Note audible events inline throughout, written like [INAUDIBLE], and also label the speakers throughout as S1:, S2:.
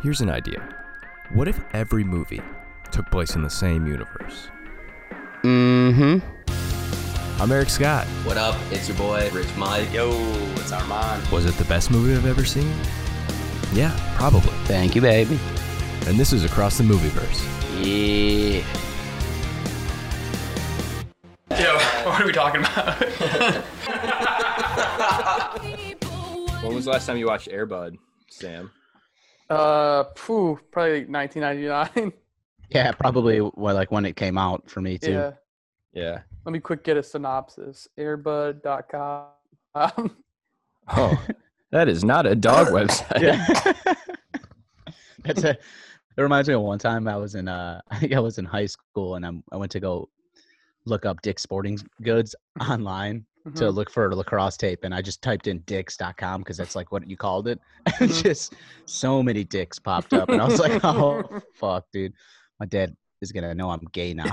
S1: Here's an idea. What if every movie took place in the same universe?
S2: Mm hmm.
S1: I'm Eric Scott.
S3: What up? It's your boy, Rich Mike.
S4: Yo, it's Armand.
S1: Was it the best movie I've ever seen? Yeah, probably.
S2: Thank you, baby.
S1: And this is Across the Movieverse.
S2: Yeah.
S4: Yo, what are we talking about?
S3: When was the last time you watched Airbud, Sam?
S5: Uh, phew, probably [LAUGHS] 1999.
S2: Yeah, probably well, like when it came out for me too.
S5: yeah.
S3: Yeah.
S5: Let me quick get a synopsis. [LAUGHS] Airbud.com. Um,
S3: Oh, [LAUGHS] that is not
S1: [LAUGHS]
S3: a dog website. [LAUGHS]
S2: Yeah. That's a. It reminds me of one time I was in uh [LAUGHS] I think I was in high school and I'm, I went to go look up Dick's Sporting Goods online to
S5: mhm.
S3: Hmm.
S2: look for lacrosse tape and I just typed in dicks.com because that's like what you called it. [LAUGHS] And
S3: Mm-hmm.
S5: Mhm.
S2: just so many dicks popped up and I was like, [LAUGHS] oh
S5: [LAUGHS]
S2: fuck, dude, my dad is gonna know I'm gay now.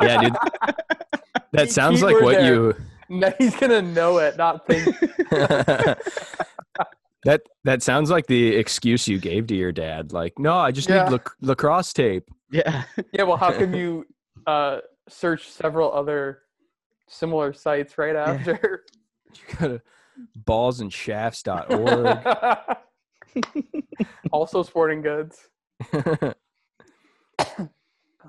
S3: yeah, dude. That [LAUGHS]
S5: Key-
S3: sounds like
S5: keyword
S3: what
S5: there.
S3: you [LAUGHS]
S5: no, he's gonna know it, not think.
S3: that that sounds like the excuse you gave to your dad. Like, no, I just
S5: Yeah.
S3: need lac- lacrosse tape. [LAUGHS]
S2: yeah.
S5: yeah, well, how come you uh search several other similar sites
S2: [LAUGHS]
S5: right after?
S3: You gotta ballsandshafts.org.
S5: [LAUGHS] also, sporting goods.
S3: [LAUGHS]
S5: Uh,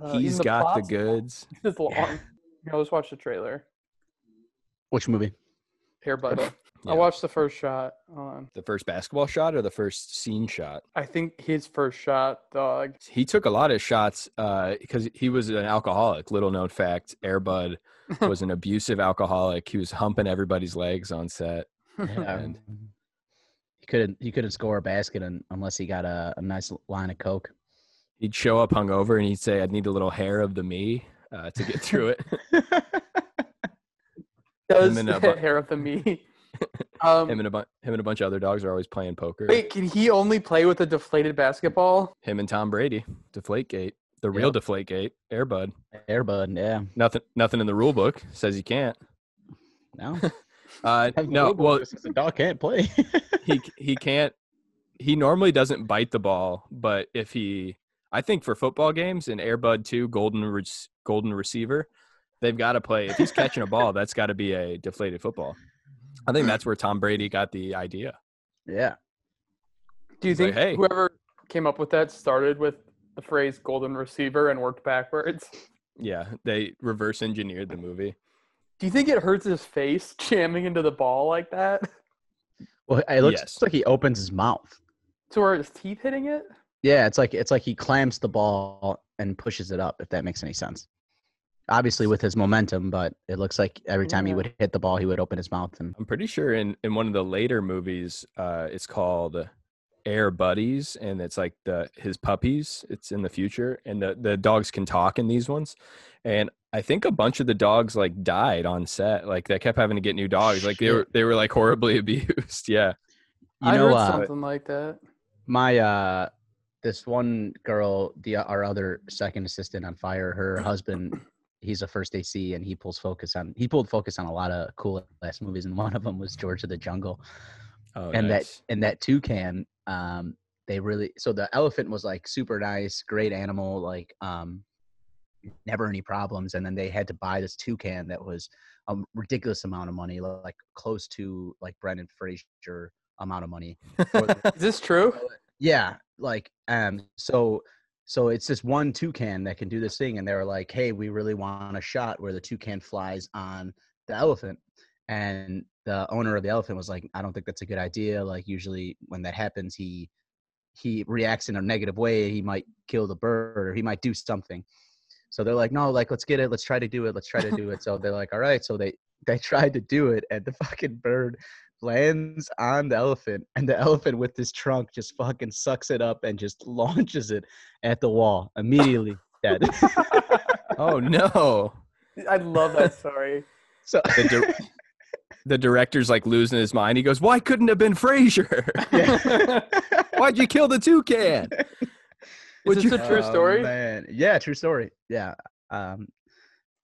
S5: even
S3: He's got the
S5: plot's
S3: goods.
S5: It's long. You know, let's watch the trailer.
S2: Which movie? [LAUGHS]
S5: Airbud.
S3: Yeah.
S5: I watched the first shot. Hold on.
S3: The first basketball shot or the first scene shot?
S5: I think his first shot, dog.
S3: He took a lot of shots because he was an alcoholic. Little known fact: Airbud [LAUGHS] was an abusive alcoholic. He was humping everybody's legs on set.
S5: Oh,
S3: And-
S2: He couldn't he couldn't score a basket un, unless he got a, a nice line of coke.
S3: He'd show up hungover and he'd say, "I'd need a little hair of the me uh, to get through [LAUGHS] it."
S5: [LAUGHS] Does
S3: and a
S5: the
S3: bu-
S5: hair of
S3: [LAUGHS]
S5: the me. Um,
S3: him and a bu- him and a bunch of other dogs are always playing poker.
S5: wait, can he only play with a deflated basketball?
S3: Him and Tom Brady, Deflategate, the real Deflategate, Airbud.
S2: Airbud, yeah.
S3: Nothing, nothing in the rule book says you can't.
S2: No.
S3: Uh, no, well,
S2: the dog can't play. [LAUGHS]
S3: he he can't he normally doesn't bite the ball but if he i think for football games in airbud 2 golden re- golden receiver they've got to play if he's catching a ball that's got to be a deflated football i think that's where tom brady got the idea
S2: yeah.
S5: Do you
S3: He's like,
S5: think
S3: "Hey."
S5: whoever came up with that started with the phrase golden receiver and worked backwards?
S3: yeah they reverse engineered the movie
S5: Do you think it hurts his face [LAUGHS] jamming into the ball like that?
S2: Well, it looks
S3: Yes.
S2: like he opens his mouth.
S5: To where his teeth hitting it?
S2: Yeah, it's like it's like he clamps the ball and pushes it up. If that makes any sense. Obviously, with his momentum, but it looks like every time he
S5: Yeah.
S2: would hit the ball, he would open his mouth and
S3: i'm pretty sure in in one of the later movies uh it's called air buddies and it's like the his puppies it's in the future and the the dogs can talk in these ones and i think a bunch of the dogs like died on set like they kept having to get new dogs like they were they were like horribly [LAUGHS] abused yeah
S2: you
S5: I
S2: know
S5: heard
S2: uh,
S5: something like that.
S2: my uh this one girl the our other second assistant on fire her husband he's a first ac and he pulls focus on he pulled focus on a lot of cool ass movies and one of them was george of the jungle
S3: oh,
S2: and
S3: nice.
S2: that and that toucan um they really so the elephant was like super nice great animal like um never any problems and then they had to buy this toucan that was a ridiculous amount of money li- like close to like brendan fraser amount of money for the-
S3: [LAUGHS]
S5: Is this true?
S2: yeah, like um so so it's this one toucan that can do this thing and they were like, "Hey, we really want a shot where the toucan flies on the elephant." And the owner of the elephant was like, "I don't think that's a good idea. Like usually when that happens, he he reacts in a negative way. He might kill the bird or he might do something." So they're like, "No, like let's get it. Let's try to do it. Let's try to do it." So they're like, "All right." So they they [LAUGHS] tried to do it and the fucking bird lands on the elephant, and the elephant with his trunk just fucking sucks it up and just [LAUGHS] launches it at the wall immediately. Dead. [LAUGHS]
S3: oh no
S5: I love
S3: [LAUGHS]
S5: that story. [LAUGHS]
S2: so
S3: the, dir- the director's like losing his mind he goes why couldn't it have been frasier [LAUGHS]
S2: yeah.
S3: why'd you kill the toucan
S5: Is
S3: Would
S5: this
S3: you-
S5: a true
S2: Oh,
S5: story?
S2: man. Yeah, true story. Yeah. Um,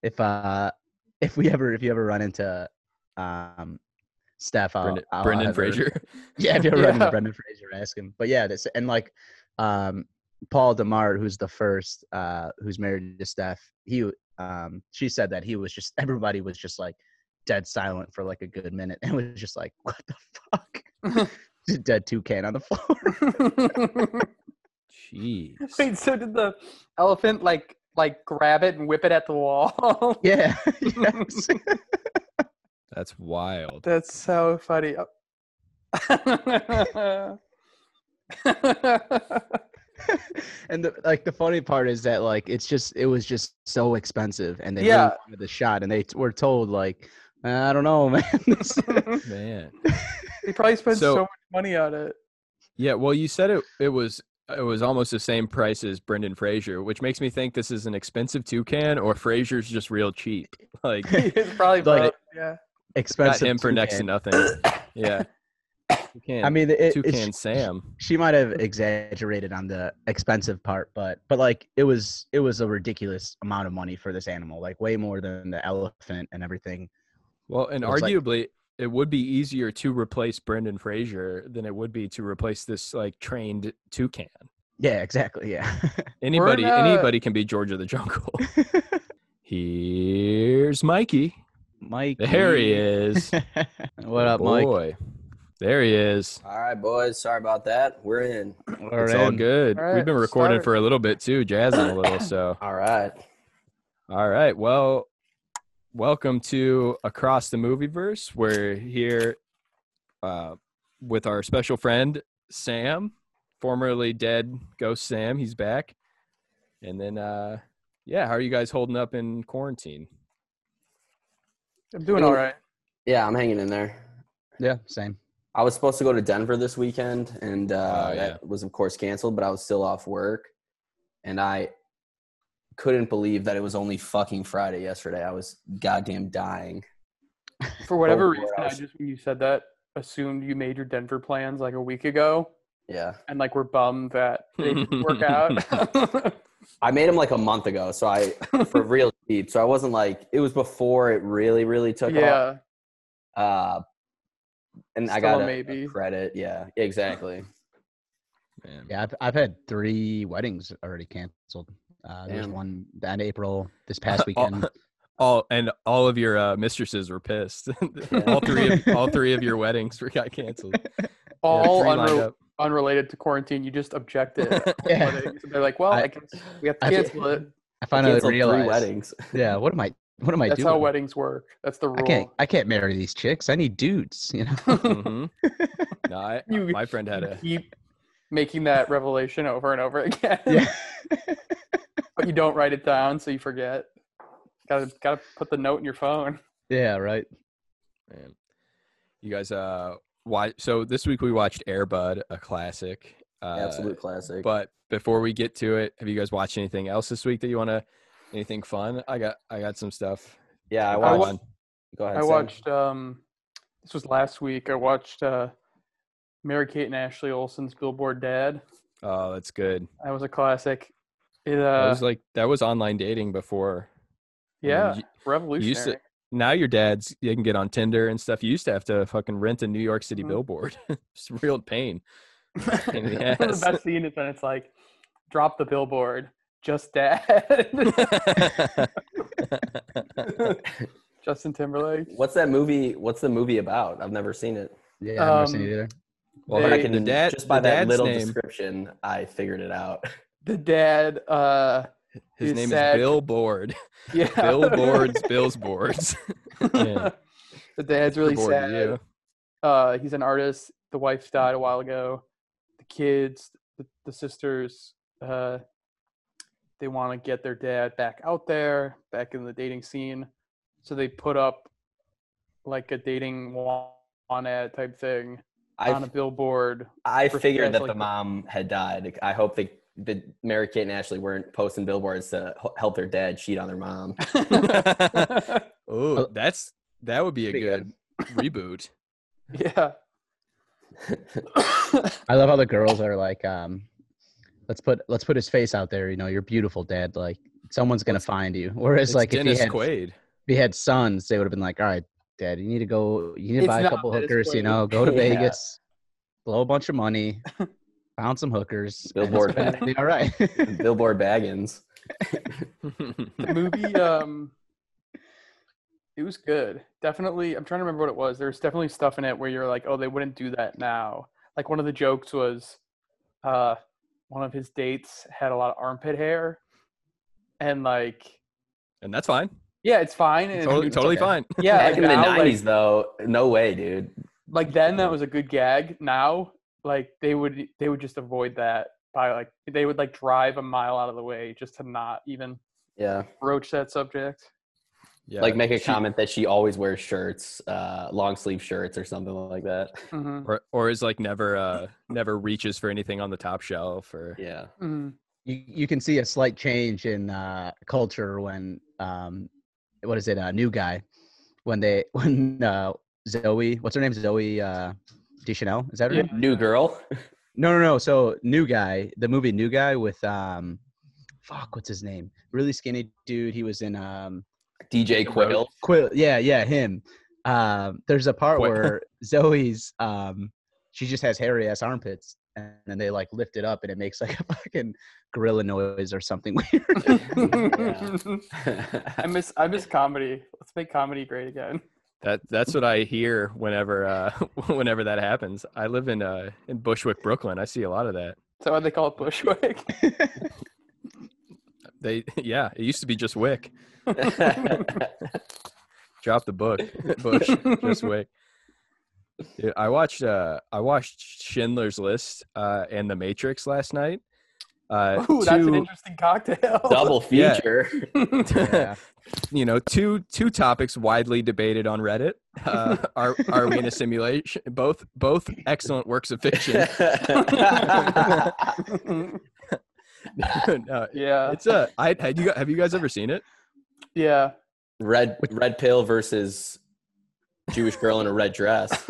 S2: if uh, if we ever if you ever run into um Steph. I'll,
S3: Brendan,
S2: I'll
S3: Brendan
S2: have her-
S3: Fraser.
S2: Yeah, if you're running
S5: Yeah.
S2: to Brendan Fraser, ask him. But yeah, this and like um Paul DeMar, who's the first uh who's married to Steph, he um she said that he was just [LAUGHS] everybody was just like dead silent for like a good minute [LAUGHS] and was just like, What the fuck? [LAUGHS] Just dead toucan on the floor. [LAUGHS]
S3: Jeez.
S5: Wait, so did the elephant like like grab it and whip it at the wall? [LAUGHS]
S2: yeah. [LAUGHS] yes.
S3: That's wild.
S5: That's so funny. Oh. [LAUGHS]
S2: and the, like the funny part is that like it's just it was just so expensive and they
S5: Yeah.
S2: really wanted the shot and they t- were told like "Uh, I don't know, [LAUGHS] man. This-
S3: Man.
S5: they probably spent so,
S3: So-
S5: much money on it.
S3: Yeah, well you said it it was it was almost the same price as Brendan Fraser, which makes me think this is an expensive toucan or Fraser's just real cheap. [LAUGHS] Like
S5: It's probably
S2: Like-
S5: both, yeah.
S3: got
S2: expensive
S3: him for next to
S2: toucan.
S3: nothing. Yeah. Toucan,
S2: [COUGHS] I mean, it, it's,
S3: toucan Sam.
S2: she might have exaggerated on the expensive part, but but like it was it was a ridiculous amount of money for this animal, like way more than the elephant and everything.
S3: Well, and
S2: Looks like-
S3: arguably, it would be easier to replace Brendan Fraser than it would be to replace this like trained toucan.
S2: Yeah, exactly. Yeah. [LAUGHS]
S3: Anybody,
S5: not-
S3: anybody can be George of the Jungle. Here's Mikey.
S2: Mike.
S3: There he [LAUGHS] is.
S2: [LAUGHS] what up, Mike?
S3: Boy. There he is.
S4: All right, boys. Sorry about that. We're in.
S2: We're
S3: it's all
S2: in.
S3: good.
S5: All right,
S3: We've been recording
S5: start.
S3: for a little bit too, jazzing a
S2: [COUGHS]
S3: little. So,
S4: All right.
S3: all right. Well, welcome to Across the Movieverse. We're here uh, with our special friend Sam, formerly dead Ghost Sam. He's back. And then, uh, yeah, how are you guys holding up in quarantine?
S5: I'm doing all right.
S4: Yeah, I'm hanging in there.
S2: Yeah, same.
S4: I was supposed to go to Denver this weekend, and uh,
S3: Oh,
S4: that was, of course, canceled. But I was still off work, and I couldn't believe that it was only fucking Friday yesterday. I was goddamn dying.
S5: For whatever
S4: Lord,
S5: reason, I
S4: I was-
S5: just when you said that, assumed you made your Denver plans like a week ago,
S4: Yeah,
S5: and like we're bummed that they didn't work [LAUGHS] out.
S4: I made him like a month ago, so I for real deep. So I wasn't like it was before it really, really took off.
S5: yeah,
S4: Uh, and I
S5: Still a
S4: got a, a
S5: maybe.
S4: credit. Yeah, exactly.
S3: Man.
S2: Yeah, I've, I've had three weddings already canceled. Uh, there's
S4: Damn.
S2: one that April this past
S3: All-
S2: weekend.
S3: all and all of your uh, mistresses were
S5: [LAUGHS]
S3: pissed. [LAUGHS] all three of all three of your weddings were got canceled. You had
S5: all
S3: three lined
S5: unre-
S3: up.
S5: unrelated to quarantine. You just objected.
S2: [LAUGHS] [LAUGHS] yeah,
S5: They're like, well, I,
S2: I-
S5: guess we have to
S2: I-
S5: cancel it.
S2: I
S4: I
S2: finally
S4: canceled
S2: realized.
S4: three weddings.
S2: Yeah, what am I? What am I
S5: That's
S2: doing?
S5: how weddings work. That's the
S2: I
S5: rule.
S2: can't. I can't marry these chicks. I need dudes. You know.
S5: [LAUGHS]
S3: Mhm. No, I, uh,
S5: You-
S3: my friend had a
S2: [LAUGHS]
S5: You [LAUGHS] keep making that revelation over and over [LAUGHS] again.
S2: Yeah.
S5: but you don't write it down, so you forget. Gotta gotta put the note in your phone.
S2: yeah. Right.
S3: man. You guys, uh, why? So this week we watched Airbud, a classic. Uh,
S4: Absolute classic.
S3: But before we get to it, have you guys watched anything else this week that you want to? Anything fun? I got I got some stuff.
S4: yeah, I
S5: I wa-
S4: watched. go ahead.
S5: I
S4: Sam.
S5: watched um this was last week. I watched uh Mary Kate and Ashley Olsen's Billboard Dad.
S3: Oh, that's good.
S5: That was a classic. It
S3: that
S5: uh
S3: was like that was online dating before. I mean,
S5: yeah,
S3: you-
S5: revolutionary.
S3: used to- now your dad's you can get on Tinder and stuff. You used to have to fucking rent a New York City
S5: Mhm.
S3: billboard. [LAUGHS] it's a real pain. in the
S5: One of
S3: ass.
S5: the best scene is when it's like, drop the billboard,
S3: [LAUGHS]
S5: just dad. [LAUGHS] Justin Timberlake.
S4: What's that movie? What's the movie about? I've never seen it.
S2: Yeah. I've never seen
S5: Um,
S2: it either.
S3: well,
S5: They-
S4: But I
S5: Hey,
S4: can
S3: the dad,
S4: just by
S3: the
S4: that
S3: dad's
S4: little
S3: name,
S4: description, I figured it out.
S5: The dad, uh, [LAUGHS]
S3: his
S5: is
S3: name
S5: sad.
S3: is Billboard.
S5: yeah.
S3: Billboards, Bill's boards. Yeah.
S5: [LAUGHS] the dad's really
S3: Board,
S5: sad.
S3: yeah.
S5: Uh, he's an artist. The wife died a while ago. The kids, the, the sisters, uh, they want to get their dad back out there, back in the dating scene. So they put up like a dating one ad type thing on a
S3: [LAUGHS]
S4: I
S5: billboard. [LAUGHS]
S4: I
S5: for
S4: figured
S5: fans
S4: that
S5: like
S4: the
S5: that.
S4: mom had died. I hope they the Mary Kate and Ashley weren't posting billboards to h- help their dad cheat on
S5: [LAUGHS]
S4: their mom.
S3: [LAUGHS] Oh, that's that would be a
S2: Pretty
S3: good reboot. [LAUGHS]
S5: yeah. [LAUGHS]
S2: I love how the girls are like, um, let's put let's put his face out there. You know, you're beautiful, Dad. Like someone's gonna find you. Whereas
S3: It's
S2: like if he
S3: Dennis
S2: had
S3: Quaid.
S2: if he had sons, they would have been like, all right, Dad, you need to go. You need to
S5: It's
S2: buy a
S5: not
S2: couple
S5: that, it's
S2: hookers. You
S5: what it
S2: know, go to
S4: Yeah.
S2: Vegas, blow a bunch of money, found some hookers. and it's
S4: Billboard
S2: gonna
S4: back.
S2: be All right. [LAUGHS]
S4: Billboard Baggins.
S5: the movie um it was good definitely i'm trying to remember what it was there's definitely stuff in it where you're like oh they wouldn't do that now like one of the jokes was uh one of his dates had a lot of armpit hair and like
S3: and that's fine.
S5: yeah it's fine and
S4: [LAUGHS]
S3: Totally,
S5: it's-
S3: totally
S2: okay.
S3: fine.
S5: yeah
S4: Back
S5: like,
S4: in the
S5: now, like,
S4: nineties, though, no way, dude.
S5: like then that was a good gag now like they would they would just avoid that by like they would like drive a mile out of the way just to not even
S4: Yeah,
S5: broach that subject
S3: Yeah,
S4: like make a
S3: she-
S4: comment that she always wears shirts, uh, long sleeve shirts or something
S5: [LAUGHS]
S4: like that.
S5: Mhm,
S3: or, or is like never uh never reaches for anything on the top shelf or
S4: Yeah,
S5: mhm.
S2: you, you can see a slight change in uh, culture when um, what is it? uh, new guy when they [LAUGHS] when uh, Zoe, what's her name? Zoe uh, Deschanel. Is that her?
S5: Yeah.
S2: name?
S4: new girl.
S2: No, no, no. So new guy, the movie New Guy with um, fuck, what's his name? Really skinny dude. He was in um,
S4: DJ Quill.
S2: Quill. Yeah, yeah, him. Um, there's a part
S3: Quill.
S2: where [LAUGHS] Zoe's um, she just has hairy ass armpits, and then they like lift it up, and it makes like a fucking gorilla noise or something [LAUGHS]
S5: [LAUGHS]
S2: weird.
S4: [LAUGHS] Yeah. [LAUGHS]
S5: I miss I miss comedy. Let's make comedy great again.
S3: that that's what I hear whenever uh [LAUGHS] whenever that happens. I live in uh in Bushwick, Brooklyn. I see a lot of that.
S5: So why they call it Bushwick.
S3: They [LAUGHS] yeah, it used to be just Wick. Drop the book. [LAUGHS]
S5: [LAUGHS]
S3: Bush, [LAUGHS] just uh, Wick. Dude, I watched uh I watched Schindler's List uh and The Matrix last night. Uh
S5: Ooh, that's an
S3: two-
S5: interesting cocktail.
S4: [LAUGHS] Double
S3: Yeah.
S4: feature. [LAUGHS]
S2: yeah.
S3: [LAUGHS] you know two two topics widely debated on reddit
S5: [LAUGHS]
S3: uh, are are we in a simulation both both excellent works of
S5: [LAUGHS]
S3: fiction [LAUGHS] No,
S5: [LAUGHS] yeah,
S3: it's a i had you gu- have you guys ever seen it
S5: yeah.
S4: red red pill versus Jewish girl in a red dress.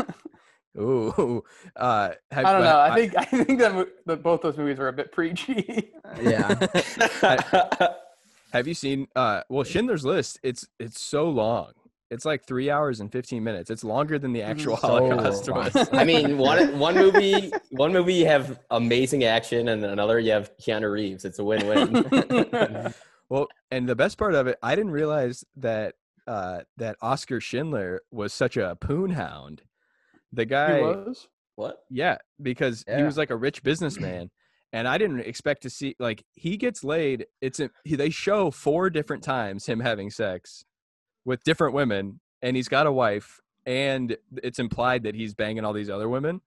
S3: Ooh, [LAUGHS] uh have,
S5: I
S3: but
S5: don't know. I think [LAUGHS] I think that, mo- that both those movies are a bit preachy.
S2: yeah.
S4: [LAUGHS]
S3: have you seen uh well schindler's list it's it's so long it's like three hours and 15 minutes it's longer than the
S5: Mm-hmm.
S3: actual [LAUGHS]
S2: So
S3: holocaust
S2: long.
S3: was
S4: [LAUGHS] I mean, one one movie, one movie you have amazing action, and another you have Keanu Reeves. It's
S3: [LAUGHS]
S5: [LAUGHS]
S4: a [LAUGHS] win-win.
S3: Well, and the best part of it, I didn't realize that uh, that Oscar Schindler was such a poon hound. The
S5: He
S3: guy,
S5: was.
S4: what?
S3: yeah, because he
S2: Yeah.
S3: was like a
S5: [CLEARS THROAT]
S3: rich businessman, and I didn't expect to see like he gets laid. It's a, he, they show four different times him having sex with different women, and he's got a wife, and it's implied that he's banging all these other women.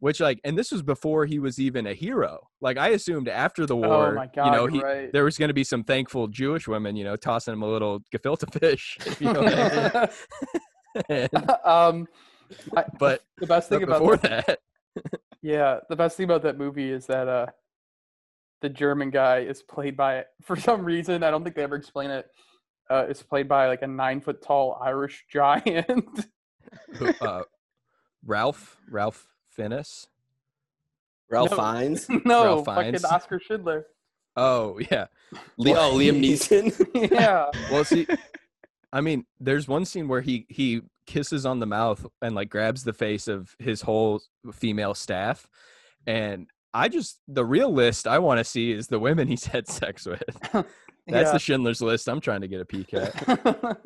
S3: Which like, and this was before he was even a hero. Like I assumed after the war,
S5: oh my god!
S3: you know,
S5: you're
S3: he,
S5: right.
S3: there was going to be some thankful Jewish women, you know, tossing him a little gefilte [LAUGHS] fish. If you know what
S5: [LAUGHS]
S3: I mean. And-
S5: um, I-
S3: but
S5: the best
S3: but
S5: thing about
S3: before
S5: that,
S3: that,
S5: yeah, the best thing about that movie is that uh, the German guy is played by [LAUGHS] for some reason I don't think they ever explain it. Uh, is played by like a nine foot tall Irish [LAUGHS] giant. [LAUGHS]
S3: who, uh, Ralph Ralph Finnis.
S4: Ralph
S5: No.
S4: [LAUGHS] Fiennes?
S5: no,
S3: Ralph Fiennes.
S5: fucking Oscar Schindler.
S3: Oh yeah.
S4: Le- oh, [LAUGHS] Liam Neeson.
S5: Yeah,
S3: Well,
S4: [LAUGHS]
S3: see, I mean, there's one scene where he he kisses on the mouth and like grabs the face of his whole female staff, and I just the real list I want to see is the women he's had sex
S4: [LAUGHS]
S3: with. That's
S5: yeah.
S3: the Schindler's List. I'm trying to get a peek at.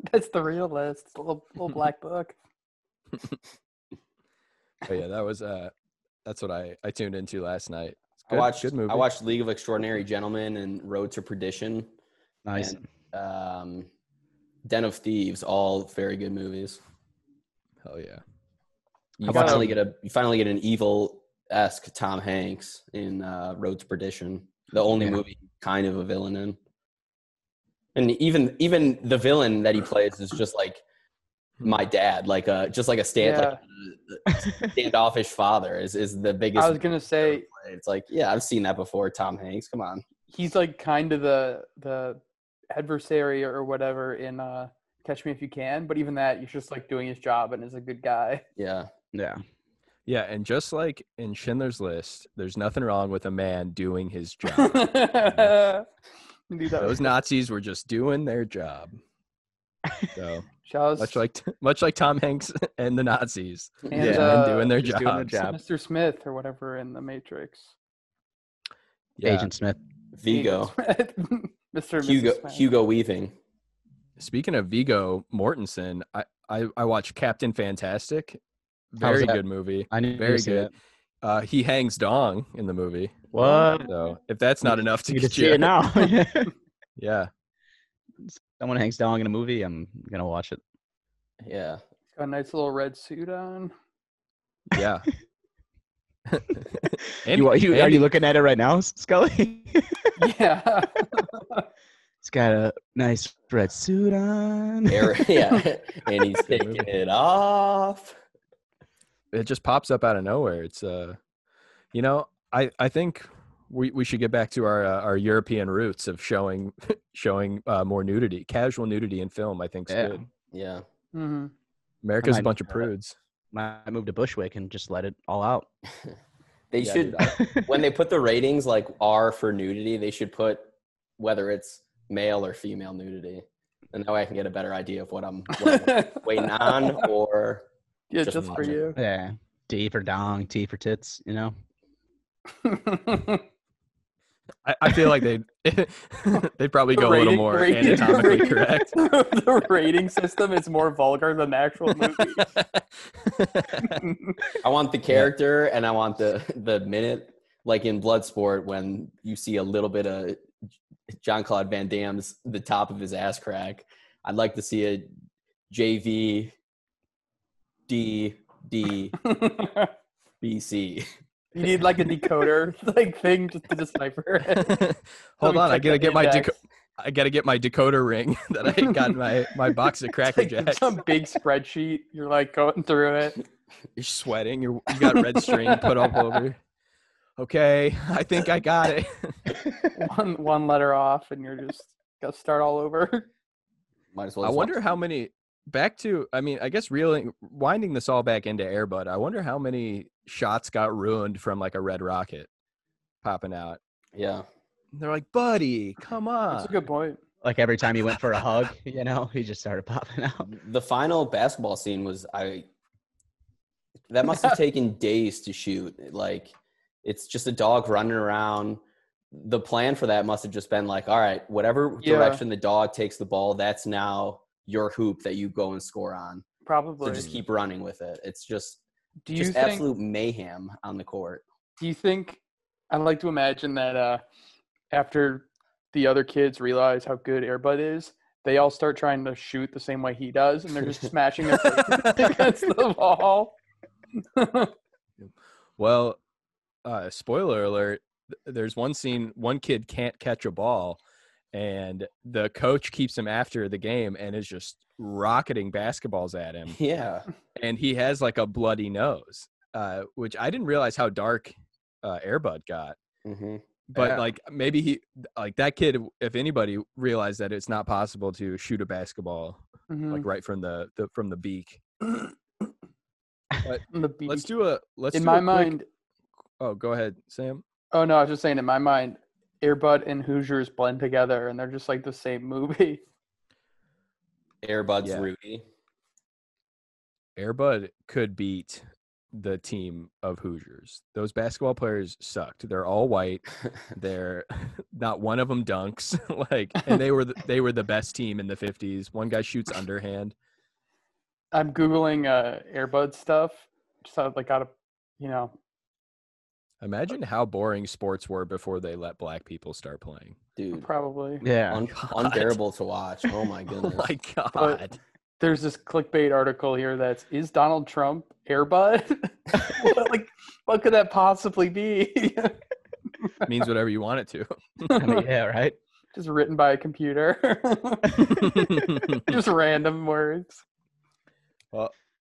S5: [LAUGHS] That's the real list. It's a little, little black book.
S3: But yeah, that was uh, that's what I I tuned into last night. It's
S4: I
S3: good-
S4: watched.
S3: good movie.
S4: I watched League of Extraordinary Gentlemen and Road to Perdition,
S2: Nice.
S4: um, Den of Thieves. All very good movies.
S3: Hell yeah.
S4: You
S5: How about
S4: finally
S5: some-
S4: get a. You finally get an evil esque Tom Hanks in uh, Road to Perdition. The only
S2: Yeah.
S4: movie kind of a villain in. And even even the villain that he plays is just like my dad, like a just like a stand like a standoffish father is is the biggest.
S5: I was gonna say
S4: it's like yeah, I've seen that before. Tom Hanks, come on.
S5: he's like kind of the the adversary or whatever in uh, Catch Me If You Can, but even that, he's just like doing his job and is a good guy.
S4: Yeah.
S2: yeah.
S3: Yeah, and just like in Schindler's List, there's nothing wrong with a man doing his
S2: [LAUGHS]
S5: [LAUGHS]
S3: job.
S5: Dude, that
S2: [LAUGHS]
S5: was-
S3: Those Nazis were just doing their job. So
S5: Shaw's
S3: much like much like Tom Hanks [LAUGHS] and the Nazis
S5: And,
S3: and
S5: uh,
S3: doing their
S2: just
S3: jobs.
S2: doing their job.
S5: Mr. Smith or whatever in the Matrix.
S3: Yeah.
S2: Agent Smith.
S4: Vigo,
S5: Mr. and
S4: Hugo,
S5: Mrs. Smith. [LAUGHS]
S4: Hugo Weaving.
S3: Speaking of Vigo Mortensen, I, I I watched Captain Fantastic.
S2: How's
S3: Very
S2: that?
S3: good movie.
S2: I need
S3: Very
S2: to see
S3: good.
S2: it.
S3: Uh, he hangs dong in the movie.
S2: What?
S3: So if that's not enough to
S2: Oh. Need to
S3: get
S2: see
S3: you,
S2: it now. [LAUGHS]
S3: yeah,
S2: Someone hangs dong in a movie. I'm gonna watch it.
S4: Yeah.
S5: Got a nice little red suit
S3: [LAUGHS]
S5: on.
S2: [LAUGHS]
S3: yeah. [LAUGHS] and,
S2: You, are, you, are
S3: and-
S2: you looking at it right now, Scully? [LAUGHS]
S5: Yeah.
S2: it's got a nice red suit on.
S4: Air, [LAUGHS] yeah. and he's
S3: Good
S4: taking
S3: movie.
S4: it off.
S3: it just pops up out of nowhere. It's uh, you know, I I think we we should get back to our uh, our European roots of showing [LAUGHS] showing uh, more nudity, casual nudity in film. I think's
S2: Yeah.
S3: good.
S4: Yeah.
S5: hmm
S3: America's a
S2: might
S3: bunch of
S2: try that.
S3: prudes.
S2: I moved to Bushwick and just let it all [LAUGHS] out.
S4: They
S3: Yeah,
S4: should,
S3: dude, I-
S4: when they put the ratings like R for nudity, they should put whether it's male or female nudity. And that way I can get a better idea of what I'm, what
S5: [LAUGHS]
S4: I'm
S3: [LAUGHS]
S4: waiting on or
S5: Yeah,
S4: Just
S5: just, for
S4: watch it.
S5: you.
S2: Yeah. D for dong, T for tits. You know.
S3: [LAUGHS] I, I feel like they [LAUGHS] they'd probably
S5: The
S3: go a little
S5: rating-
S3: more
S5: rating-
S3: anatomically
S5: rating-
S3: correct. [LAUGHS]
S5: the rating system is more vulgar than the actual movie.
S4: I want the character and I want the the minute, like in Bloodsport, when you see a little bit of John Claude Van Damme's the top of his ass crack. I'd like to see a JV D D
S3: [LAUGHS]
S4: B C.
S5: [LAUGHS] you need like a decoder [LAUGHS] like thing just to decipher it.
S3: [LAUGHS] Hold
S5: Let me
S3: on, I
S5: check
S3: gotta
S5: the
S3: get my
S5: index.
S3: deco- I gotta get my decoder ring [LAUGHS] that I got in my my box of
S5: It's
S3: Cracker
S5: [LAUGHS] like
S3: Jacks.
S5: some big spreadsheet. You're like going
S3: [LAUGHS]
S5: through it.
S3: You're sweating. You're, you got red string put [LAUGHS] up over. Okay, I think I got it.
S5: One one letter off, and you're just gotta start all over.
S4: Might as well.
S3: I
S4: just
S3: wonder
S4: watch
S3: how
S4: it.
S3: many. Back to, I mean, I guess reeling, winding this all back into Airbud. I wonder how many shots got ruined from like a red rocket popping out.
S4: Yeah.
S3: They're like, buddy, come on.
S5: That's a good point.
S2: Like every time he went for a hug, [LAUGHS] you know, he just started popping out.
S4: The final basketball scene was I. That must have taken days to shoot. Like, it's just a dog running around. The plan for that must have just been like, all right, whatever
S5: Yeah.
S4: direction the dog takes the ball, that's now your hoop that you go and score on.
S5: Probably.
S4: So just keep running with it. It's just
S5: do you
S4: just
S5: think?
S4: absolute mayhem on the court.
S5: do you think? I like to imagine that uh, after the other kids realize how good Airbud is, they all start trying to shoot the same way he does, and
S3: [LAUGHS]
S5: they're just smashing their faces [LAUGHS] against the wall. [LAUGHS]
S3: Well, uh, spoiler alert. th- There's one scene. One kid can't catch a ball, and the coach keeps him after the game and is just rocketing basketballs at him.
S4: [LAUGHS] Yeah.
S3: and he has like a bloody nose, uh, which I didn't realize how dark uh, Airbud got.
S4: hmm
S3: But
S5: Yeah.
S3: like maybe he, like that kid, if anybody realized that it's not possible to shoot a basketball
S5: Mhm.
S3: like right from the, the from the beak.
S5: The beat.
S3: Let's do a let's
S5: Mm. in
S3: do
S5: my
S3: a quick-
S5: mind.
S3: Oh, go ahead, Sam.
S5: Oh no, I was just saying. In my mind, Airbud and Hoosiers blend together, and they're just like the same movie. [LAUGHS]
S4: Airbuds
S3: Yeah.
S4: Rudy.
S3: Airbud could beat the team of Hoosiers. Those basketball players sucked. They're all white. They're [LAUGHS] not one of them dunks. [LAUGHS] like, and they were the, they were the best team in the fifties. One guy shoots underhand.
S5: I'm googling uh, Airbud stuff. Just out, like out of, you know,
S3: Imagine how boring sports were before they let black people start playing. [LAUGHS]
S4: Dude.
S5: probably.
S2: Yeah.
S4: Un-
S3: God.
S4: unbearable to watch. Oh my
S3: Oh
S4: goodness.
S3: my god!
S5: There's this clickbait article here that's is Donald Trump Airbud? [LAUGHS] what, like, what could that possibly be? [LAUGHS]
S3: Means whatever you want it
S2: I mean, yeah, right?
S5: just written by a computer. [LAUGHS]
S2: [LAUGHS]
S3: to. [LAUGHS]
S5: just random words.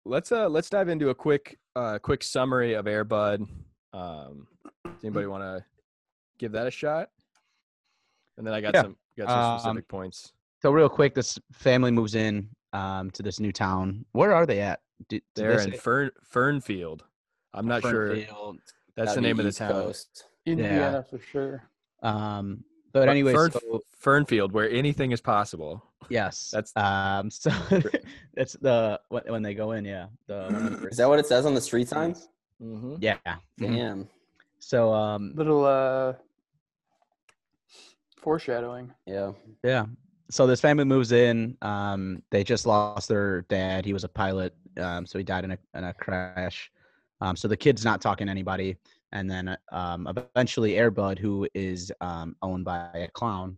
S3: let's uh let's dive into a quick uh quick summary of Airbud. Um, does anybody
S2: Mm-hmm.
S3: want to give that a shot? And then I got
S2: Yeah.
S3: some got some
S2: Um,
S3: specific points.
S2: So real quick, this family moves in um, to this new town. Where are they at? Did, did
S3: They're
S2: they
S3: in
S2: say-
S3: Fern Fernfield. I'm not sure
S2: Fernfield.
S3: that's
S4: That'd
S3: the
S4: be
S3: name of the
S4: East
S3: town.
S4: Coast.
S5: Indiana for sure.
S2: Um, But anyways,
S3: Fern-
S2: so-
S3: Fernfield, where anything is possible.
S2: yes,
S3: That's-
S2: um. So [LAUGHS] that's the when, when they go in. Yeah. The, one of the
S4: Is that what it says on the street signs?
S3: Mm-hmm.
S2: Yeah.
S1: Mhm.
S4: Damn.
S2: So um.
S5: Little uh foreshadowing.
S4: Yeah.
S2: Yeah. So this family moves in. Um, they just lost their dad. He was a pilot, um, so he died in a in a crash. Um, so the kid's not talking to anybody. And then uh, um, eventually Airbud, who is um, owned by a clown,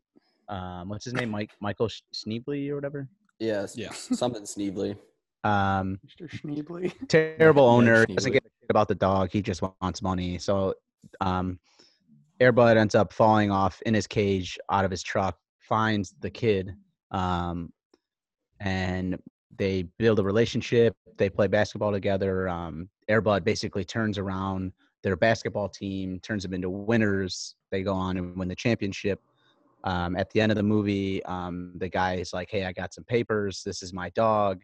S2: um, what's his name? Mike Michael Sh- Schneebly or whatever.
S4: Yeah. s-
S3: Yeah.
S4: Something Sneebly.
S2: Um,
S5: Mr. Schneebly.
S2: terrible
S3: Mike
S2: owner. Doesn't
S3: Schneebly.
S2: give a shit about the dog. He just wants money. So um, Airbud ends up falling off in his cage out of his truck, finds the kid, um, and they build a relationship. They play basketball together. Um, Airbud basically turns around their basketball team, turns them into winners. They go on and win the championship. Um, at the end of the movie, um, the guy is like, "Hey, I got some papers. This is my dog."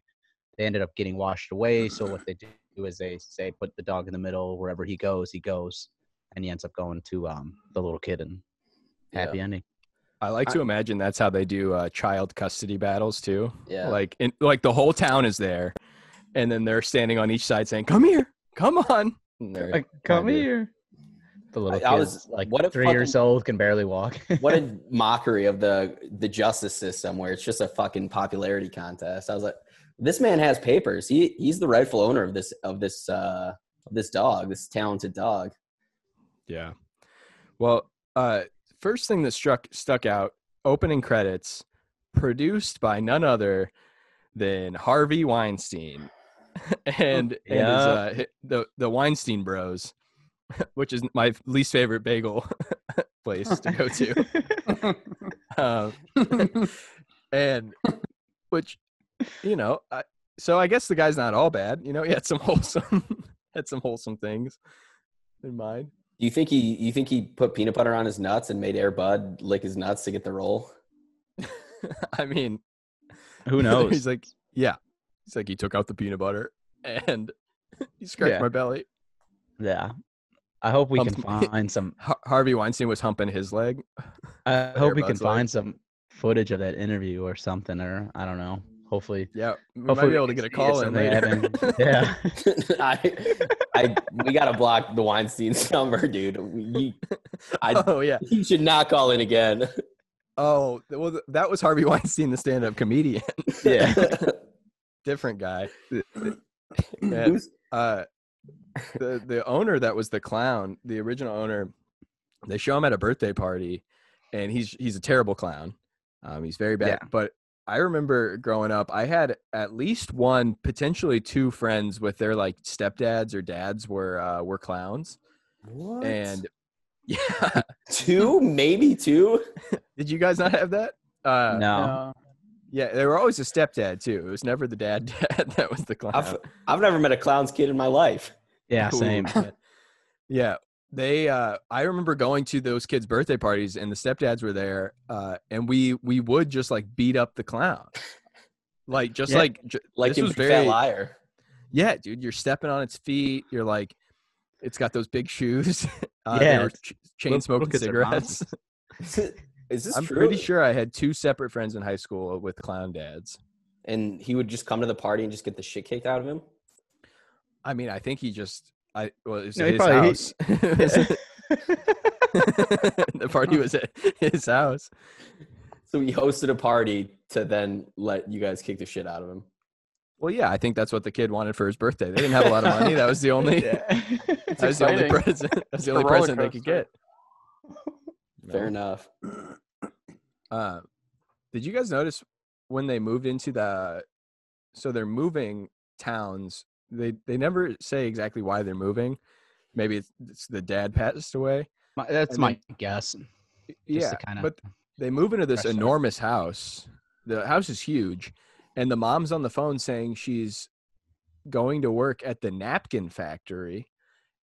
S2: They ended up getting washed away. So what they do is they say, "Put the dog in the middle. Wherever he goes, he goes." And he ends up going to um, the little kid and happy ending.
S3: I like to imagine that's how they do uh, child custody battles too.
S4: Yeah.
S3: Like, in, like the whole town is there, and then they're standing on each side saying, "Come here, come on." And they're- [LAUGHS] come kinda-
S2: here. The little
S4: I-
S2: kid,
S4: I was-
S2: like
S4: what a
S2: three years
S4: fucking-
S2: old, can barely walk. [LAUGHS]
S4: what a mockery of the the justice system where it's just a fucking popularity contest. I was like, this man has papers. He he's the rightful owner of this of this uh of this dog, this talented dog.
S3: Yeah. Well, uh, first thing that struck stuck out opening credits produced by none other than Harvey Weinstein [LAUGHS] and, and his,
S2: Yeah.
S3: uh, hi- the the Weinstein Bros, [LAUGHS] which is my least favorite bagel [LAUGHS] place to go to. Um, [LAUGHS] and which you know I, so i guess the guy's not all bad you know he had some [LAUGHS] wholesome had some wholesome things in mind
S4: You think he you think he put peanut butter on his nuts and made Air Bud lick his nuts to get the role?
S3: [LAUGHS] i mean [LAUGHS]
S2: Who
S3: he's
S2: knows?
S3: like yeah he's like he took out the peanut butter [LAUGHS] and he scratched
S2: Yeah.
S3: my belly
S2: yeah. I hope we
S3: Um,
S2: can [LAUGHS] find some.
S3: Har- harvey weinstein was humping his leg
S2: I hope we can
S3: Airbuds, like-
S2: find some footage of that interview or something, or I don't know. Hopefully, [LAUGHS]
S3: yeah we might
S2: Hopefully
S3: be
S2: we
S3: able to
S2: can
S3: get a
S2: see it
S3: call in
S2: someday,
S3: later [LAUGHS]
S2: Evan. yeah.
S4: [LAUGHS] I I we gotta block the [LAUGHS] Weinstein's number, dude. You, I
S3: oh yeah
S4: you should not call in again.
S3: oh th- well th- that was harvey [LAUGHS] weinstein the stand-up comedian [LAUGHS]
S4: [LAUGHS]
S2: Yeah.
S3: different guy Man,
S4: Who's
S3: uh the the owner that was the clown the original owner they show him at a birthday party and he's he's a terrible clown um he's very bad
S2: Yeah.
S3: but i remember growing up i had at least one potentially two friends with their like stepdads or dads were uh were clowns
S4: what?
S3: and [LAUGHS] yeah
S4: two,
S3: [LAUGHS]
S4: maybe two.
S3: did you guys not have that uh
S2: [LAUGHS]
S4: Oh.
S2: no.
S5: [LAUGHS] Uh,
S3: yeah they were always a stepdad too it was never the dad [LAUGHS] dad that was the clown
S4: I've I've never met a clown's kid in my life.
S2: Yeah.
S3: Ooh,
S2: [LAUGHS] Same.
S3: man. [LAUGHS] yeah. They uh I remember going to those kids' birthday parties and the stepdads were there uh and we we would just like beat up the clown. Like just
S2: Yeah.
S3: like ju-
S4: Like
S3: This
S4: in
S3: was
S4: Big
S3: very-
S4: Fat Liar. [LAUGHS]
S3: yeah, dude, you're stepping on its feet, you're like it's got those big shoes. [LAUGHS] Uh,
S2: Yeah.
S3: chain smoking
S2: look at their
S3: cigarettes.
S4: Is
S3: [LAUGHS]
S4: this
S3: I'm
S4: true?
S3: pretty sure I had two separate friends in high school with clown dads.
S4: And he would just come to the party and just get the shit kicked out of him.
S3: I mean, I think he just I well, it was
S2: No,
S3: at
S2: he
S3: his
S2: probably- he-
S3: house. [LAUGHS]
S2: [LAUGHS]
S3: the party was at his house.
S4: So he hosted a party to then let you guys kick the shit out of him.
S3: Well, yeah, I think that's what the kid wanted for his birthday. They didn't have a lot of money. [LAUGHS] That was
S5: [LAUGHS]
S3: the
S2: [LAUGHS]
S3: only. That was the only
S5: exciting.
S3: present. [LAUGHS] That was the
S5: a
S3: only
S5: roller
S3: present they could
S5: coaster.
S3: get.
S4: Fair
S3: No.
S4: enough.
S3: Uh, did you guys notice when they moved into the? So they're moving towns. They they never say exactly why they're moving. Maybe it's, it's the dad passed away.
S2: My, that's
S3: And
S2: my guess.
S3: yeah,
S2: to kinda
S3: but they move into this
S2: press that.
S3: enormous house. The house is huge, and the mom's on the phone saying she's going to work at the napkin factory,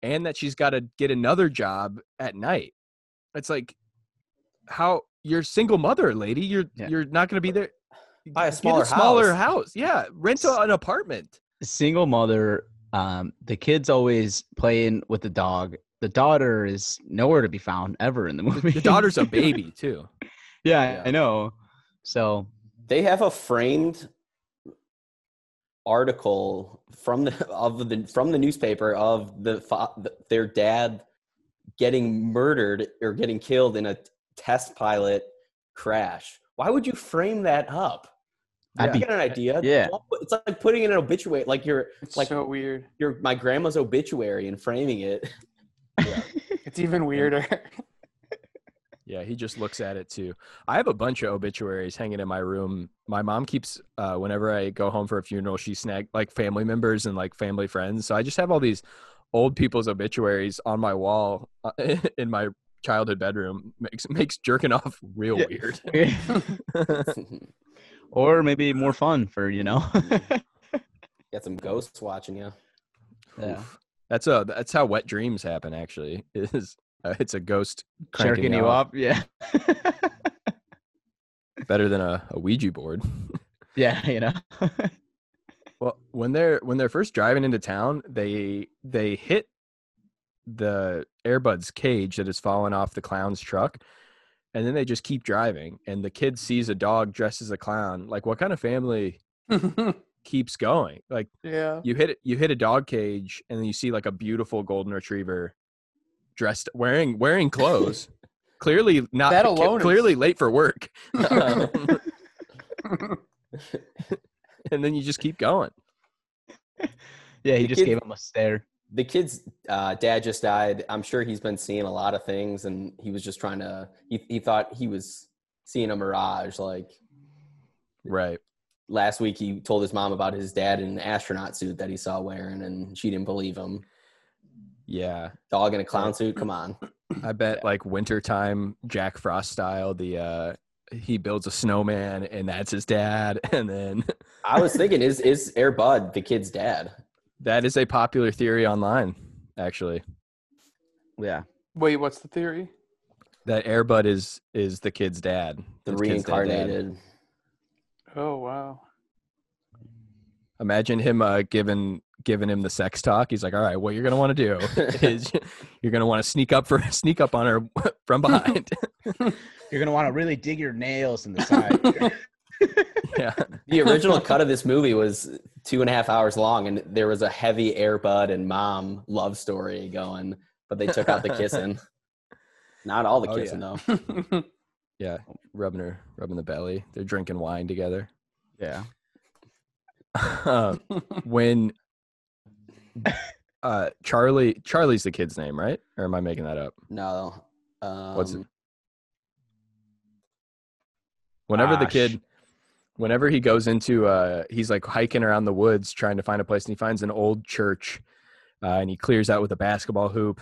S3: and that she's got to get another job at night. It's like, how you're a single mother, lady. You're
S2: Yeah.
S3: you're not going to be there.
S4: Buy a
S3: Get
S4: smaller
S3: smaller
S4: house.
S3: house. Yeah, rent a- an
S2: [LAUGHS]
S3: apartment.
S2: single mother. Um, the kid's always playing with the [LAUGHS] dog. The daughter is nowhere to be found ever in the movie.
S3: The daughter's a baby too.
S2: [LAUGHS] Yeah,
S3: Yeah.
S2: I know. So
S4: They have a framed article from the [LAUGHS] of the from the newspaper of the fa- their dad getting murdered or getting killed in a test pilot crash. Why would you frame that up?
S2: I'd
S4: I
S2: be-
S4: get an idea.
S2: Yeah.
S4: Don't put- It's like putting in an obituary, like your
S5: It's
S4: Like-
S5: so weird.
S4: [LAUGHS] your my grandma's obituary and framing it. [LAUGHS]
S5: It's even weirder. [LAUGHS]
S3: Yeah, he just looks at it too. I have a bunch of obituaries hanging in my room. My mom keeps uh, whenever I go home for a funeral, she snag like family members and like family friends. So I just have all these old people's obituaries on my wall uh, [LAUGHS] in my childhood bedroom. Makes makes jerking off real
S2: [LAUGHS] Yeah.
S3: weird.
S2: or maybe more fun for you know. [LAUGHS]
S4: Got some ghosts watching you.
S2: [LAUGHS] yeah.
S3: Oof. That's a that's how wet dreams happen. Actually, [LAUGHS] is uh, it's a ghost cranking
S2: Jerking you
S3: off.
S2: up, yeah, [LAUGHS]
S3: better than a, a Ouija board.
S2: yeah, you know.
S3: Well, when they're when they're first driving into town, they they hit the Airbud's cage that is falling off the clown's truck, and then they just keep driving. And the kid sees a dog dressed as a clown. Like, what kind of family keeps going? Like,
S5: yeah.
S3: you hit you hit a dog cage, and then you see like a beautiful golden retriever dressed wearing wearing
S5: [LAUGHS]
S3: clothes. clearly not
S5: That alone is-
S3: clearly late for work. [LAUGHS]
S2: [LAUGHS]
S4: [LAUGHS] yeah,
S3: and then you just keep going.
S2: Yeah, he
S4: The
S2: just
S4: kid-
S2: gave him a stare.
S4: the kid's uh, dad just died. I'm sure he's been seeing a lot of things, and he was just trying to. He, he thought he was seeing a mirage. Like
S3: Right.
S4: last week, he told his mom about his dad in an astronaut suit that he saw wearing, and she didn't believe him.
S3: Yeah.
S4: Dog in a clown suit. Come on.
S3: I bet like wintertime Jack Frost style, the uh he builds a snowman and that's his dad, [LAUGHS] and then
S4: [LAUGHS] I was thinking, is is Air Bud the kid's dad?
S3: that is a popular theory online, actually.
S2: Yeah,
S5: Wait, what's the theory?
S3: That Airbud is is the kid's dad.
S4: The
S3: His kid's dead dad.
S4: reincarnated.
S5: Oh wow.
S3: Imagine him uh giving giving him the sex talk. He's like, All right, what you're gonna want to do
S4: [LAUGHS]
S3: is [LAUGHS] you're gonna want to sneak up for sneak up on her [LAUGHS] from behind.
S2: you're gonna want to really dig your nails in the side.
S3: yeah.
S4: The original cut of this movie was two and a half hours long, and there was a heavy Air Bud and mom love story going, but they took out the [LAUGHS] kissing. Not all the
S3: Oh,
S4: kissing though.
S3: Yeah. Rubbing her rubbing the belly. They're drinking wine together. [LAUGHS]
S2: yeah,
S3: Um, when uh Charlie Charlie's the kid's name, right? Or am I making that up?
S4: No. Um,
S3: What's it? Whenever the
S2: Ash.
S3: kid whenever he goes into uh he's like hiking around the woods trying to find a place and he finds an old church uh, and he clears out with a basketball hoop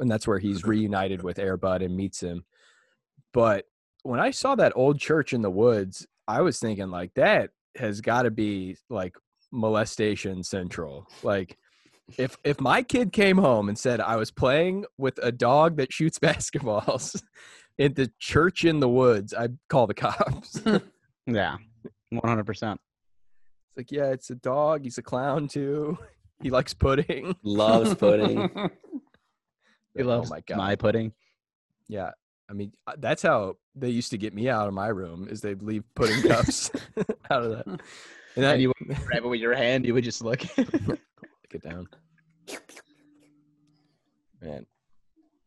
S3: and that's where he's reunited with Airbud and meets him. But when I saw that old church in the woods, I was thinking like that has got to be like molestation central. Like if if my kid came home and said I was playing with a dog that shoots [LAUGHS] basketballs at the church in the woods, I'd call the [LAUGHS] cops. it's
S2: [LAUGHS] yeah, one hundred percent.
S3: like, yeah, it's a dog. He's a clown too. [LAUGHS] He likes pudding.
S2: [LAUGHS]
S5: [LAUGHS]
S4: Loves pudding.
S2: He
S3: Like, "Oh
S2: loves Oh my pudding.
S3: Yeah. I mean, uh, that's how they used to get me out of my room is they'd leave pudding cups [LAUGHS] out of that. And I
S2: And you grab it with your hand. You would just look. [LAUGHS]
S3: get down. Man.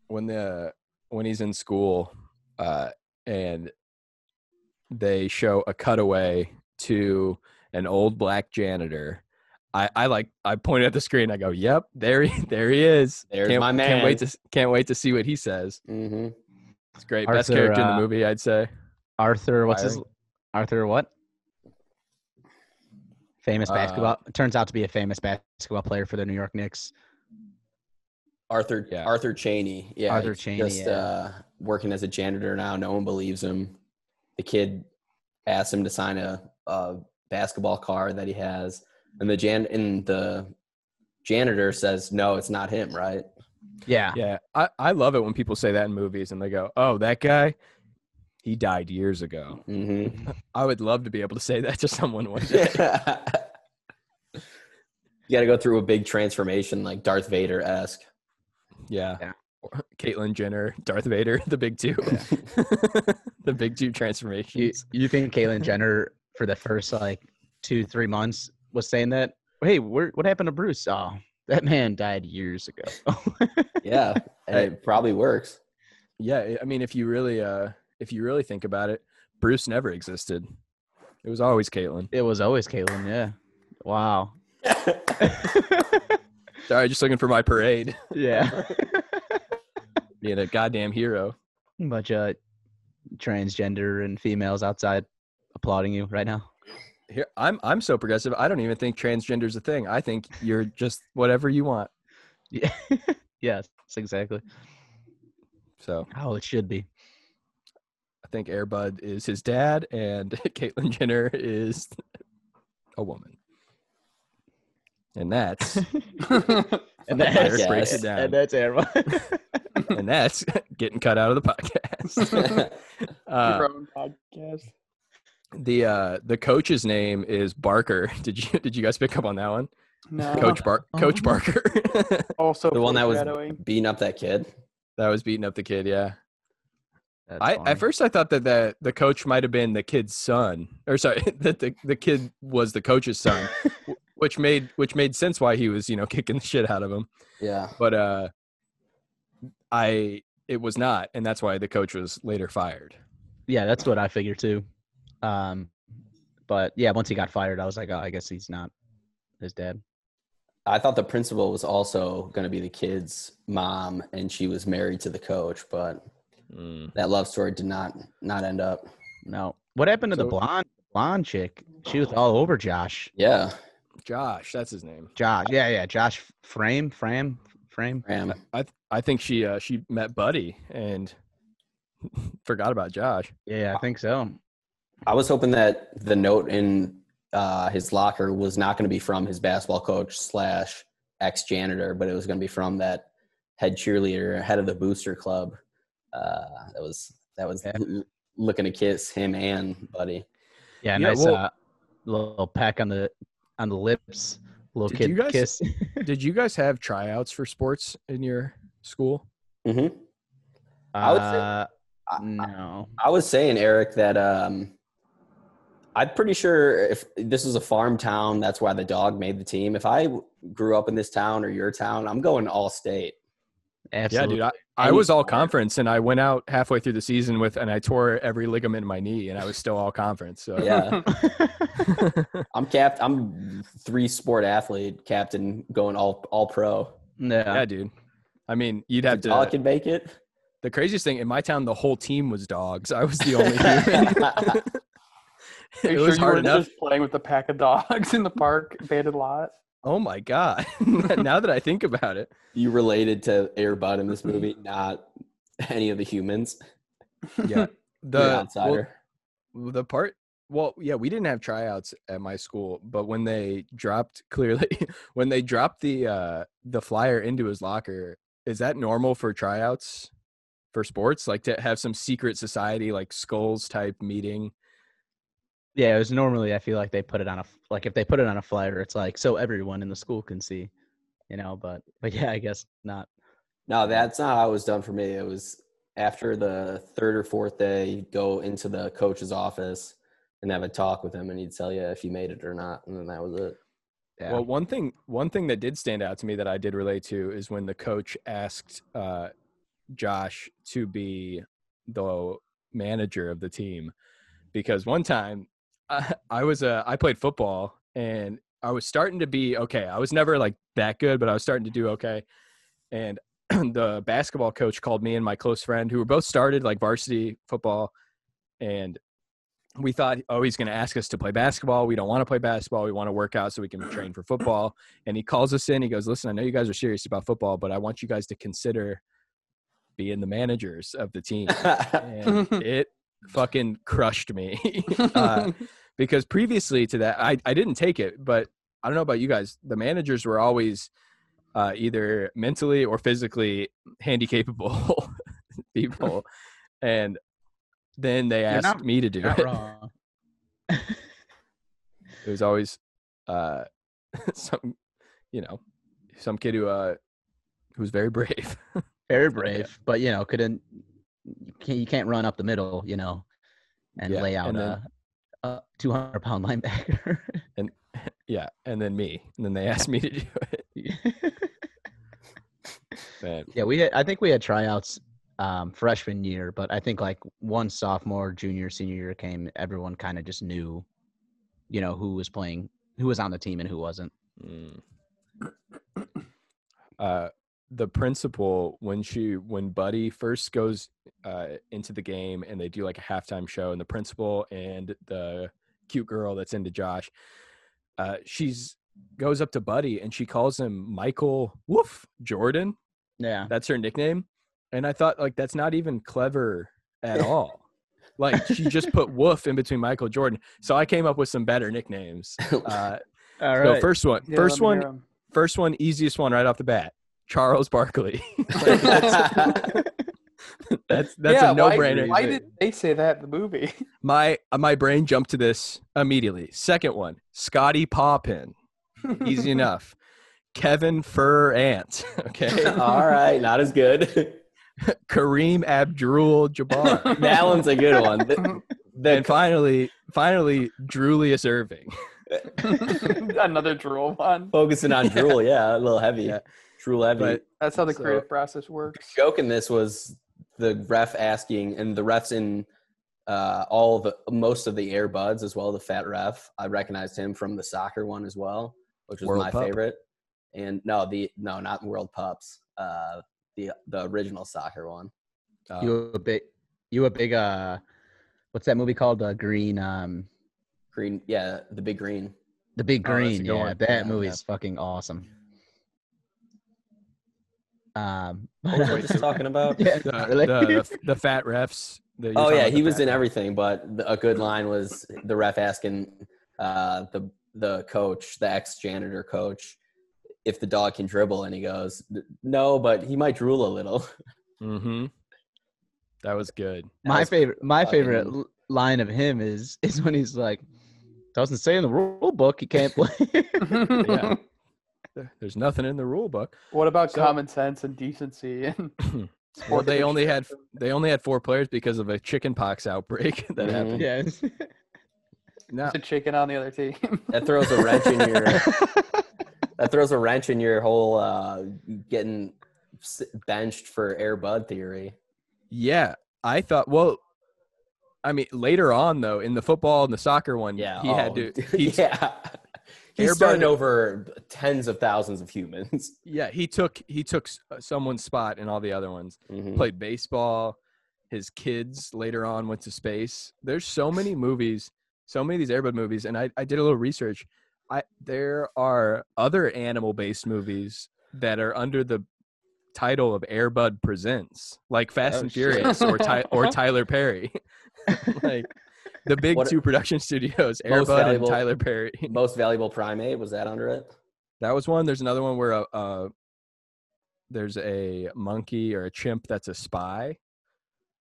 S3: When the when he's in school uh and they show a cutaway to an old black janitor. I, I like I point at the screen. I go, "Yep, there he [LAUGHS] there he is.
S4: There's
S3: can't,
S4: my
S3: Can't wait
S4: man."
S3: to s- can't wait to see what he says.
S4: hmm
S2: Mm-hmm.
S3: It's great.
S2: Arthur,
S3: Best character in the
S2: uh,
S3: movie, I'd
S4: [LAUGHS]
S3: say.
S2: Arthur, what's his?
S3: Byron.
S2: Arthur, what? Famous
S3: Uh,
S2: basketball. Turns out to be a famous basketball player for the New York Knicks.
S4: Arthur
S3: Yeah.
S4: Arthur Cheney. Yeah.
S2: Arthur
S4: he's
S2: Chaney,
S4: Just
S2: yeah.
S4: uh, working as a janitor now. No one believes him. The kid asks him to sign a, a basketball card that he has, and the jan and the janitor says, "No, it's not him." Right.
S2: Yeah.
S3: Yeah, I, I love it when people say that in movies and they go, "Oh, that guy, he died years ago."
S4: hmm [LAUGHS]
S3: I would love to be able to say that to someone one
S4: you
S3: day.
S4: got to go through a big transformation, like Darth Vader esque.
S3: yeah.
S2: Yeah.
S3: [LAUGHS] Caitlyn Jenner, Darth Vader, the big two, [LAUGHS] the big two
S2: You,
S3: transformations.
S2: you think Caitlyn Jenner for the first like two three months was saying that? Hey, where, what happened to Bruce? Oh, that man died years ago. [LAUGHS]
S4: yeah, and it probably works. [LAUGHS]
S3: Yeah, I- I mean, if you really, uh, if you really think about it, Bruce never existed. It was always Caitlyn.
S2: it was always Caitlyn. Yeah. Wow. [LAUGHS]
S3: Sorry, just looking for my parade. [LAUGHS]
S2: yeah. [LAUGHS]
S3: Being a goddamn hero.
S2: Bunch of transgender and females outside applauding you right now.
S3: Here, I'm I'm so progressive. I don't even think transgender's a thing. I think you're just whatever you want.
S2: Yeah. yes. Exactly.
S3: So
S2: How it should be.
S3: I think Airbud is his dad, and [LAUGHS] Caitlyn Jenner is a woman. And that's
S2: And
S4: that's-
S3: Eric breaks it down.
S2: And that's everyone.
S3: and that's [LAUGHS] getting cut out of the
S4: [LAUGHS]
S3: podcast. Uh,
S5: Your own podcast.
S3: the uh, the coach's name is Barker. [LAUGHS] Did you did you guys pick up on that one?
S5: No.
S3: Coach Bar- Coach Barker. [LAUGHS]
S5: Also
S4: the one that was
S5: foreshadowing.
S4: beating up that kid.
S3: that was beating up the kid. Yeah. I at first I thought that the, the coach might have been the kid's son, or sorry, [LAUGHS] that the, the kid was the coach's son, wh- which made which made sense why he was you know [LAUGHS] kicking the shit out of him.
S4: Yeah.
S3: But uh, I it was not, and that's why the coach was later fired.
S2: Yeah, that's what I figured too. Um, but yeah, once he got fired, I was like, oh, I guess he's not his dad.
S4: I thought the principal was also going to be the kid's mom, and she was married to the coach, but that love story did not not end up.
S2: No. What happened to the
S3: So-
S2: blonde blonde chick? She was all over Josh.
S4: Yeah,
S3: Josh, that's his name.
S2: Josh. Yeah, yeah. Josh Frame, Frame, Frame.
S4: Graham.
S3: I th- I think she uh, she met Buddy and [LAUGHS] forgot about
S4: [LAUGHS]
S3: Josh.
S2: Yeah, I think so.
S4: I was hoping that the note in uh, his locker was not going to be from his basketball coach slash ex janitor, but it was going to be from that head cheerleader, head of the booster club. Uh, that was that was
S2: Yeah.
S4: l- looking to kiss him and Buddy.
S2: Yeah,
S3: Yeah,
S2: nice
S3: well-
S2: uh, little peck on the on the lips. Little
S3: Did
S2: kid
S3: you guys-
S2: kiss.
S3: Did you guys have tryouts for sports in your school?
S4: hmm I would say-
S2: Uh,
S4: I-
S2: no.
S4: I was saying, Eric, that um, I'm pretty sure if this is a farm town, that's why the dog made the team. If I grew up in this town or your town, I'm going all state.
S2: Absolutely.
S3: Yeah, dude, I, I
S4: Any
S3: was all
S4: player.
S3: conference, and I went out halfway through the season with, and I tore every ligament in my knee, and I was still all conference. So
S4: Yeah, I'm cap. I'm three sport athlete, captain, going all all pro.
S2: yeah.
S3: yeah, dude. I mean, you'd
S4: The
S3: have
S4: dog
S3: to.
S4: can
S3: [LAUGHS]
S4: make it.
S3: The craziest thing in my town, the whole team was dogs. I was the
S4: [LAUGHS]
S3: only. human.
S5: Are you
S3: it
S5: sure
S3: was
S5: you
S3: hard
S5: weren't
S3: enough.
S5: Just playing with a pack of dogs in the park, [LAUGHS] abandoned lot.
S3: Oh my god! [LAUGHS] now that I think about it,
S4: You related to Airbud in this movie, not any of the humans.
S3: yeah,
S4: The
S3: the well,
S4: outsider.
S3: the part well yeah we didn't have tryouts at my school but when they dropped [LAUGHS] clearly when they dropped the uh the flyer into his locker is that normal for tryouts for sports like to have some secret society like skulls type meeting
S2: Yeah, it was normally I feel like they put it on a f- like if they put it on a flyer, it's like so everyone in the school can see, you know. But but yeah, I guess
S3: [LAUGHS]
S2: not.
S4: No, that's not how it was done for me. It was after the third or fourth day, you'd go into the coach's office and have a talk with him, and he'd tell you if you made it or not, and then that was it.
S2: Yeah.
S3: well one thing one thing that did stand out to me that i did relate to is when the coach asked uh josh to be the manager of the team because one time [LAUGHS] I, I was uh, I played football and I was starting to be okay. I was never like that good, but I was starting to do okay. And [CLEARS THROAT] the basketball coach called me and my close friend, who were both started like varsity football, and we thought, oh, he's going to ask us to play basketball. We don't want to play basketball. We want to work out so we can train for football. And he calls us in. He goes, listen, I know you guys are serious about football, but I want you guys to consider being the managers of the team
S2: [LAUGHS]
S3: and it fucking crushed me [LAUGHS] uh, because previously to that I, I didn't take it but i don't know about you guys the managers were always uh, either mentally or physically handicapable [LAUGHS] people and then they asked
S2: not-
S3: me to do
S2: Not
S3: it
S2: wrong.
S3: it was always uh, [LAUGHS] some you know some kid who uh, who was very brave [LAUGHS]
S2: very brave, but you know, couldn't you can't, you can't run up the middle, you know, and
S3: Yeah,
S2: lay out
S3: and
S2: a, a 200
S3: [LAUGHS]
S2: pound [LAUGHS] linebacker.
S3: Yeah, and then me, and then they asked me to do it. Man,
S2: yeah, we had, I think we had tryouts um, freshman year, but I think like one sophomore, junior, senior year came, everyone kind of just knew, you know, who was playing, who was on the team, and who wasn't.
S3: Mm. Uh, the principal when she when Buddy first goes uh, into the game and they do like a halftime show and the principal and the cute girl that's into Josh, uh, she's goes up to Buddy and she calls him Michael Woof Jordan.
S2: Yeah,
S3: That's her nickname, and I thought like that's not even clever
S5: [LAUGHS]
S3: at all. like she just put Woof in between Michael Jordan, so I came up with some better nicknames.
S4: [LAUGHS]
S3: Uh,
S2: all
S3: so first one,
S5: [LAUGHS] Yeah,
S3: first
S5: let me
S3: one
S5: hear 'em.
S3: first one, easiest one right off the bat. Charles Barkley. [LAUGHS] Like, that's that's, that's
S5: Yeah,
S3: a
S5: why-
S3: no-brainer.
S5: Why did they say that in the movie?
S3: my uh, my brain jumped to this immediately. Second one, Scotty Poppin.
S4: [LAUGHS]
S5: [LAUGHS]
S3: Easy enough. [LAUGHS] Kevin Fur Ant. Okay.
S4: All right, not as good.
S3: [LAUGHS] Kareem Abdul
S4: [LAUGHS]
S3: Jabbar.
S4: that one's a good one.
S3: [LAUGHS]
S4: The-
S3: and
S4: the-
S3: finally, finally, Julius
S4: [LAUGHS]
S3: Irving.
S5: Another drool one.
S4: focusing on drool, yeah, a little heavy.
S3: Yeah.
S4: Drool heavy.
S3: But
S5: That's how the
S3: So-
S5: creative process works.
S4: joke in this was the ref asking, and the refs in uh, all the most of the Air Buds as well. The fat ref, I recognized him from the soccer one as well, which was
S3: World
S4: my
S3: Pup.
S4: favorite. And no, the no, not World Pups, uh, the the original soccer one.
S3: uh,
S2: [LAUGHS] you a big, you a big, uh, what's that movie called? The Green, um,
S4: Green, yeah, the big green.
S2: The Big
S3: Oh, that's a
S2: Green.
S3: good
S2: yeah,
S3: one.
S2: that
S3: Yeah,
S2: movie
S3: yeah.
S2: is fucking awesome. Um,
S4: Oh,
S2: [LAUGHS]
S4: What was I just
S3: [LAUGHS]
S4: talking about?
S2: yeah,
S3: the,
S2: [LAUGHS] really.
S3: the, the fat refs. that you're
S4: Oh
S3: talking
S4: yeah,
S3: about,
S4: he
S3: the
S4: was
S3: fat
S4: in
S3: refs.
S4: everything, but the, a good line was the ref asking uh, the the coach, the ex janitor coach, if the dog can dribble, and he goes, "No, but he might drool a
S3: [LAUGHS]
S4: little."
S3: Mm-hmm. That was good.
S2: my
S4: was
S2: favorite, my favorite
S4: fucking-
S2: l- line of him is [LAUGHS] is when he's like, doesn't say in the rule book he can't play.
S3: [LAUGHS] Mm-hmm.
S2: [LAUGHS]
S4: [LAUGHS]
S3: Yeah. There- There's nothing in the rule book.
S5: [LAUGHS] What about
S3: So-
S5: common sense and decency? And
S3: [CLEARS THROAT] Well,
S5: sports
S3: they only had
S5: literature?
S3: they only had four players because of a chicken pox outbreak [LAUGHS] that
S4: Mhm.
S3: happened.
S2: yeah, it's-
S3: No,
S5: It's a chicken on the other team. [LAUGHS]
S4: That throws a wrench in your that throws a wrench in your whole uh, getting s- benched for Air Bud theory.
S3: yeah, I thought. Well, I mean, later on though, in the football and the soccer one,
S4: Yeah,
S3: he had
S4: oh, [LAUGHS]
S3: to. He, yeah.
S4: yeah. He's
S3: Air Bud-
S4: starting over tens of thousands of humans. [LAUGHS]
S3: he took he took s- uh, someone's spot in all the other ones.
S4: Mhm.
S3: Played baseball. His kids later on went to space. There's so
S4: [SIGHS]
S3: many movies, so many of these Airbud movies, and I, I did a little research. I there are other animal based movies that are under the title of Airbud Presents, like Fast
S4: Oh,
S3: and
S4: shit.
S3: Furious or Ty-
S4: [LAUGHS]
S3: or Tyler Perry, [LAUGHS] like the big
S4: What-
S3: two production studios,
S4: [LAUGHS] Most
S3: Airbud and
S4: valuable-
S3: Tyler Perry.
S4: Most valuable primate was that
S3: [LAUGHS]
S4: under it?
S3: That was one. There's another one where a, a there's a monkey or a chimp that's a spy.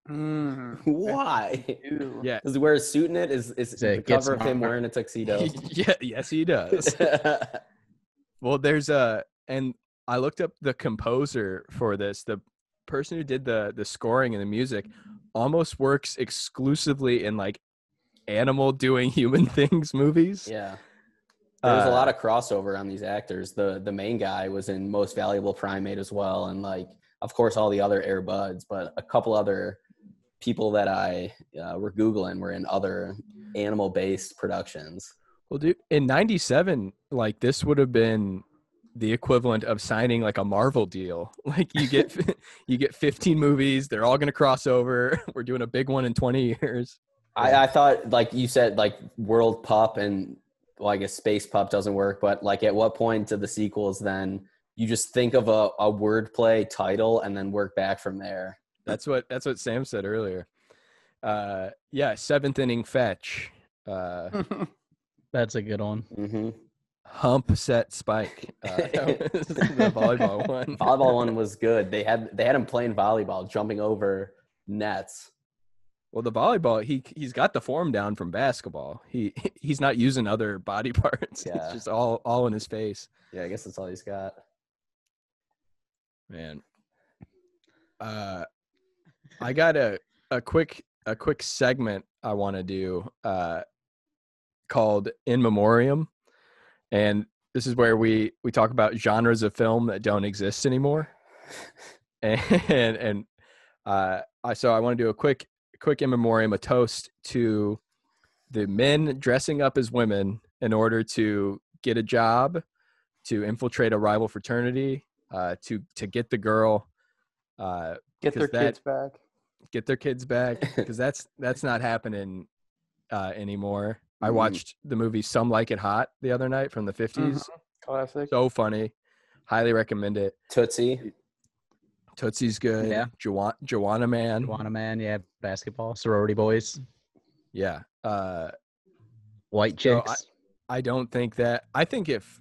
S5: Mm,
S4: Why?
S5: ew. [LAUGHS]
S3: Yeah.
S4: Does he wear a suit in it? Is is
S2: So it
S4: the
S2: gets
S4: cover of him
S2: more-
S4: wearing
S3: [LAUGHS]
S4: a tuxedo? [LAUGHS]
S3: yeah, yes, he does. Well, there's a and I looked up the composer for this. The person who did the the scoring and the music almost works exclusively in like animal doing [LAUGHS] human things movies.
S4: yeah. There's a
S3: Uh,
S4: lot of crossover on these actors. The the main guy was in Most Valuable Primate as well, and like of course all the other Air Buds, but a couple other people that I uh, were googling were in other animal based productions.
S3: Well, dude, in '97, like this would have been the equivalent of signing like a Marvel deal. [LAUGHS] Like you
S4: [LAUGHS]
S3: get you get 15 movies. They're all gonna cross over. [LAUGHS] We're doing a big one in 20 years.
S4: I, I thought like you said like World Pup and well I guess Space Pup doesn't work, but like at what point do the sequels then you just think of a, a wordplay title and then work back from there?
S3: That's what that's what Sam said earlier. Uh, yeah, seventh inning fetch. Uh,
S2: that's a good one.
S4: Mm-hmm.
S3: hump set
S4: [LAUGHS]
S3: spike. Uh, [LAUGHS] that was the volleyball one.
S4: Volleyball one was good. They had they had him playing volleyball, jumping over nets.
S3: Well, the volleyball he he's got the form down from basketball. He [LAUGHS] he's not using other body [LAUGHS] parts.
S4: Yeah.
S3: It's just all all in his face.
S4: Yeah, I guess that's all he's got.
S3: Man. uh, I got a a quick a quick segment I want to do uh, called In Memoriam, and this is where we we talk about genres of film that don't exist anymore, [LAUGHS] and and uh, I so I want to do a quick quick In Memoriam, a toast to the men dressing up as women in order to get a job, to infiltrate a rival fraternity, uh, to to get the girl. Uh,
S5: Get their
S3: Because that-
S5: kids back.
S3: get their kids back because that's that's not happening uh, anymore. I
S4: Mm.
S3: watched the movie Some Like It Hot the other night from the 50s.
S5: Classic.
S3: So funny. Highly recommend it.
S4: Tootsie.
S3: Tootsie's good.
S2: Yeah.
S3: Joanna, Joanna Man.
S2: Juana Man, yeah, basketball, sorority boys,
S3: Yeah. Uh,
S2: white
S3: So I-
S2: chicks.
S3: I don't think that I think if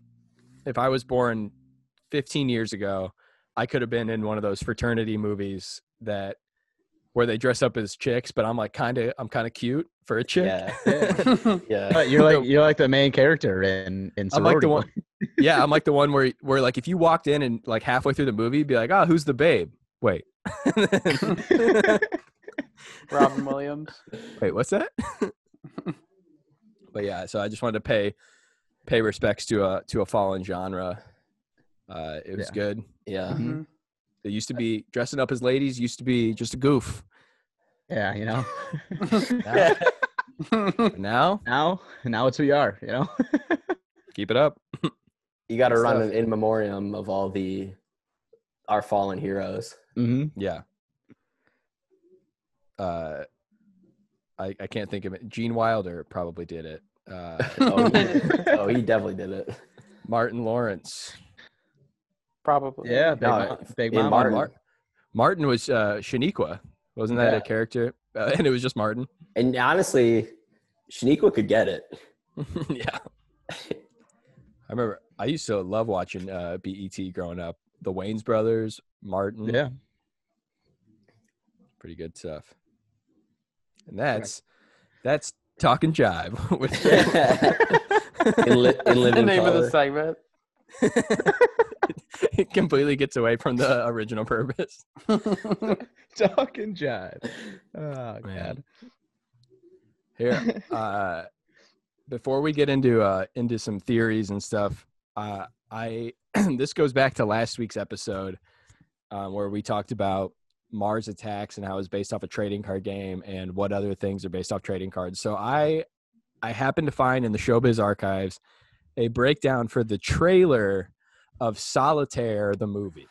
S3: if I was born 15 years ago, I could have been in one of those fraternity movies that where they dress up as chicks, but I'm like kind of I'm kind of cute for a chick.
S4: Yeah. Yeah.
S2: But you're [LAUGHS] like you're like the main character in in
S3: I'm
S2: sorority
S3: like the
S2: boys.
S3: one. yeah, I'm like the one where where like if you walked in and like halfway through the movie, be like, oh, who's the babe? Wait,
S5: [LAUGHS]
S3: [LAUGHS]
S5: Robin Williams.
S3: wait, what's that? but yeah, so I just wanted to pay pay respects to a to a fallen genre. Uh, it was
S2: Yeah.
S3: good.
S4: Yeah.
S3: Mm-hmm.
S5: Mhm.
S3: They used to be dressing up as ladies. Used to be just a goof.
S2: [LAUGHS] Yeah, you [LAUGHS] know.
S3: Now,
S5: Mm-hmm.
S3: but now,
S2: now, now it's who you are. You know. [LAUGHS]
S3: keep it up.
S4: You got to
S3: Good
S4: run
S3: stuff.
S4: an in memoriam of all the our fallen heroes.
S2: Mm-hmm.
S3: Yeah. Uh, I I can't think of it. Gene Wilder probably did it. Uh,
S4: Oh, he, did. oh, he definitely did it.
S3: Martin Lawrence.
S5: [LAUGHS] Probably.
S2: Yeah, big,
S4: No,
S2: Mo- big
S4: in
S2: Mama.
S4: Martin.
S3: Mar- Martin was uh, Shaniqua, wasn't that
S4: Yeah.
S3: a character? Uh, [LAUGHS] and it was just Martin.
S4: And honestly, Shaniqua could get [LAUGHS] it.
S3: yeah, I remember. [LAUGHS] I used to love watching uh, BET growing up. The Wayne's brothers, Martin.
S2: Yeah.
S3: pretty good stuff. And that's that's talking jive [LAUGHS] with.
S4: [LAUGHS] in, li- in
S5: That's the
S4: living
S5: name
S4: color.
S5: of the segment.
S3: it [LAUGHS] completely gets away from the original purpose.
S2: [LAUGHS]
S5: [LAUGHS]
S2: Talking jive. Oh
S3: Man. Here, uh, before we get into uh, into some theories and stuff, uh, I [CLEARS THROAT] this goes back to last week's episode um, where we talked about Mars attacks and how it's based off a trading card game and what other things are based off trading cards. So I I happened to find in the Showbiz archives a breakdown for the trailer of Solitaire, the movie.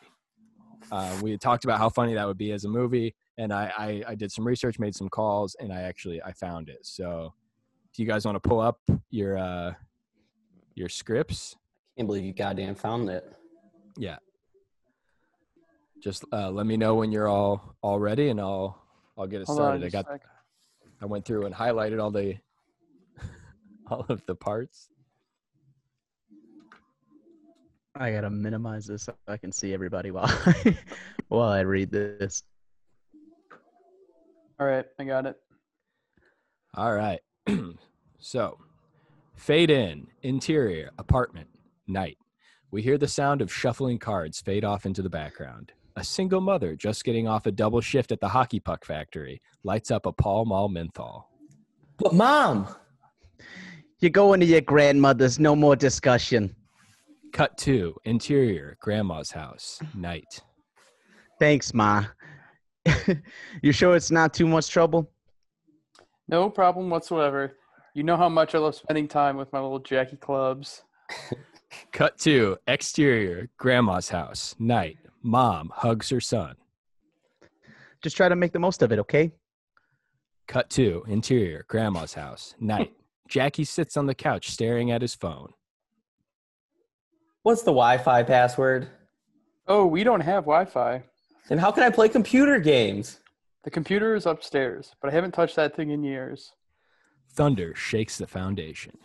S3: Uh, we had talked about how funny that would be as a movie, and I, I I did some research, made some calls, and I actually I found it. So do you guys want to pull up your uh your scripts?
S4: can't believe you goddamn found it.
S3: Just uh, let me know when you're all all ready, and I'll I'll get it
S5: Hold on.
S3: started. I
S5: just a
S3: got
S5: sec.
S3: I went through and highlighted all the [LAUGHS] all of the parts.
S2: I gotta minimize this so I can see everybody while [LAUGHS] while I read this.
S5: All right, I got it.
S3: All right. [CLEARS THROAT] so, fade in, interior, apartment, night. We hear the sound of shuffling cards fade off into the background. A single mother just getting off a double shift at the hockey puck factory lights up a Pall Mall menthol.
S4: But mom,
S2: You're going to your grandmother's. No more discussion.
S3: Cut two, interior, grandma's house, night.
S2: Thanks, ma. [LAUGHS] you sure it's not too much trouble?
S5: No problem whatsoever. You know how much I love spending time with my little Jackie clubs.
S3: Cut two, exterior, grandma's house, night. Mom hugs her son.
S2: Just try to make the most of it, okay?
S3: Cut two, interior, grandma's house, night. Jackie sits on the couch staring at his phone.
S4: what's the Wi-Fi password?
S5: Oh, we don't have Wi-Fi.
S4: And how can I play computer games?
S5: The computer is upstairs, but I haven't touched that thing in years.
S3: Thunder shakes the foundation.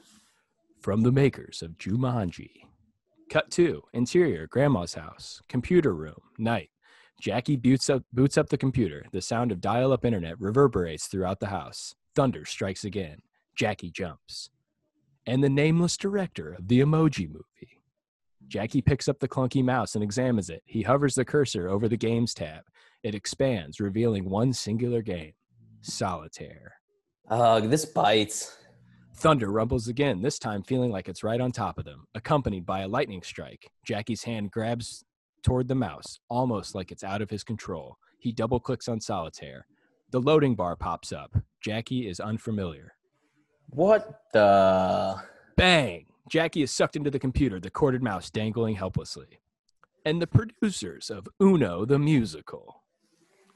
S3: From the makers of Jumanji. Cut two, interior, grandma's house, computer room, night. Jackie boots up, boots up the computer. The sound of dial up internet reverberates throughout the house. Thunder strikes again. Jackie jumps. And the nameless director of the emoji movie. Jackie picks up the clunky mouse and examines it. He hovers the cursor over the games tab. It expands, revealing one singular game solitaire.
S4: Ugh, this bites.
S3: Thunder rumbles again, this time feeling like it's right on top of them, accompanied by a lightning strike. Jackie's hand grabs toward the mouse, almost like it's out of his control. He double clicks on solitaire. The loading bar pops up. Jackie is unfamiliar.
S4: What the?
S3: Bang! Jackie is sucked into the computer, the corded mouse dangling helplessly. And the producers of Uno the Musical.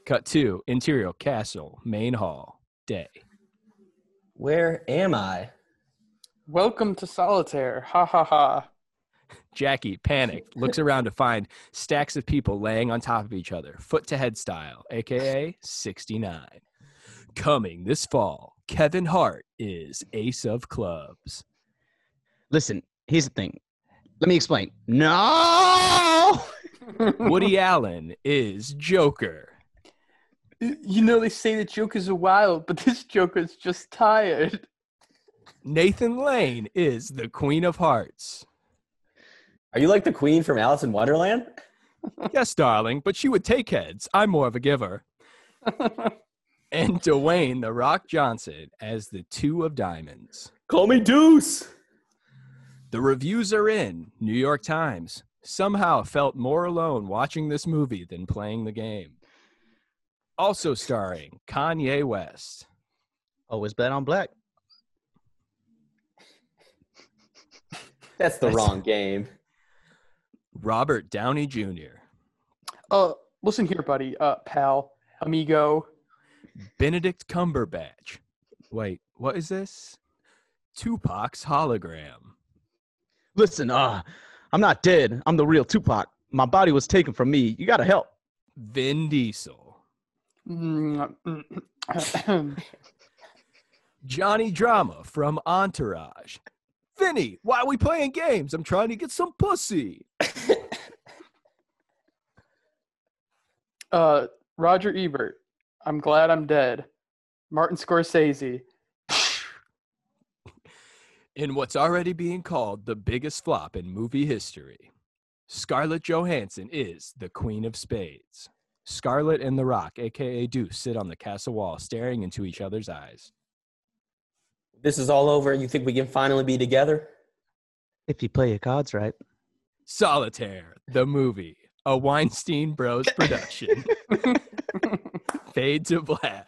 S3: Cut two, Interior Castle, Main Hall, Day.
S4: Where am I?
S5: Welcome to solitaire. Ha ha ha. [LAUGHS]
S3: Jackie, panicked, looks around to find stacks of people laying on top of each other, foot to head style, aka 69. Coming this fall, Kevin Hart is Ace of Clubs.
S2: Listen, here's the thing. Let me explain. No.
S3: Woody Allen is Joker.
S5: You know they say that jokers are wild, but [LAUGHS] this joker's just tired.
S3: Nathan Lane is the Queen of Hearts.
S4: Are you like the queen from Alice in Wonderland?
S3: yes, darling, but she would take heads. I'm more of a giver. and Dwayne The Rock Johnson as the Two of Diamonds.
S4: Call me Deuce.
S3: The reviews are in. New York Times somehow felt more alone watching this movie than playing the game. Also starring Kanye West.
S2: Always bet Oh, on black.
S4: That's the
S3: That's-
S4: wrong game.
S3: Robert Downey Jr.,
S5: Uh, listen here, buddy, uh, pal, amigo.
S3: Benedict Cumberbatch. Wait, what is this? Tupac's hologram.
S2: Listen, uh, I'm not dead. I'm the real Tupac. My body was taken from me. You gotta help.
S3: Vin Diesel.
S5: Mm, [COUGHS]
S3: Johnny Drama from Entourage. Vinny, why are we playing games? I'm trying to get some pussy.
S5: uh, Roger Ebert. I'm glad I'm dead. Martin Scorsese.
S3: In what's already being called the biggest flop in movie history, Scarlett Johansson is the Queen of Spades. Scarlett and The Rock, aka Deuce, sit on the castle wall staring into each other's eyes.
S4: This is all over. You think we can finally be together?
S2: If you play your cards right.
S3: Solitaire, the movie, a Weinstein Bros production. [LAUGHS] Fade to black.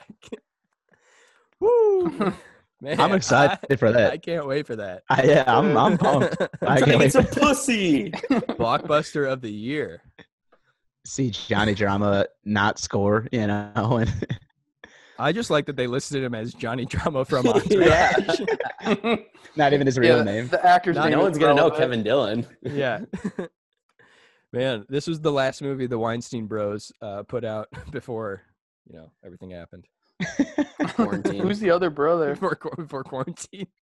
S3: Woo! Man,
S2: [LAUGHS] I'm excited for
S3: I,
S2: that.
S3: I can't wait for that.
S2: I, yeah, I'm. [LAUGHS]
S3: [LAUGHS]
S2: I'm. pumped. I
S4: Trying
S2: can't
S4: to
S2: wait.
S4: get
S2: For,
S4: some pussy.
S3: Blockbuster of the year.
S2: see Johnny Drama not score. You know, [LAUGHS] and
S3: I just like that they listed him as Johnny [LAUGHS] Drama from Entourage.
S4: [LAUGHS] [LAUGHS] yeah.
S2: not even his real [LAUGHS]
S5: Yeah,
S2: name.
S5: The actor's
S3: No,
S5: name.
S4: No
S5: is
S4: one's gonna know
S5: relevant. [LAUGHS]
S4: Kevin Dillon.
S3: yeah. [LAUGHS] Man, this was the last movie the Weinstein Bros uh, put out [LAUGHS] before you know everything happened
S4: Quarantine.
S5: Who's the
S3: [LAUGHS]
S5: other brother?
S3: before qu- before quarantine. [LAUGHS]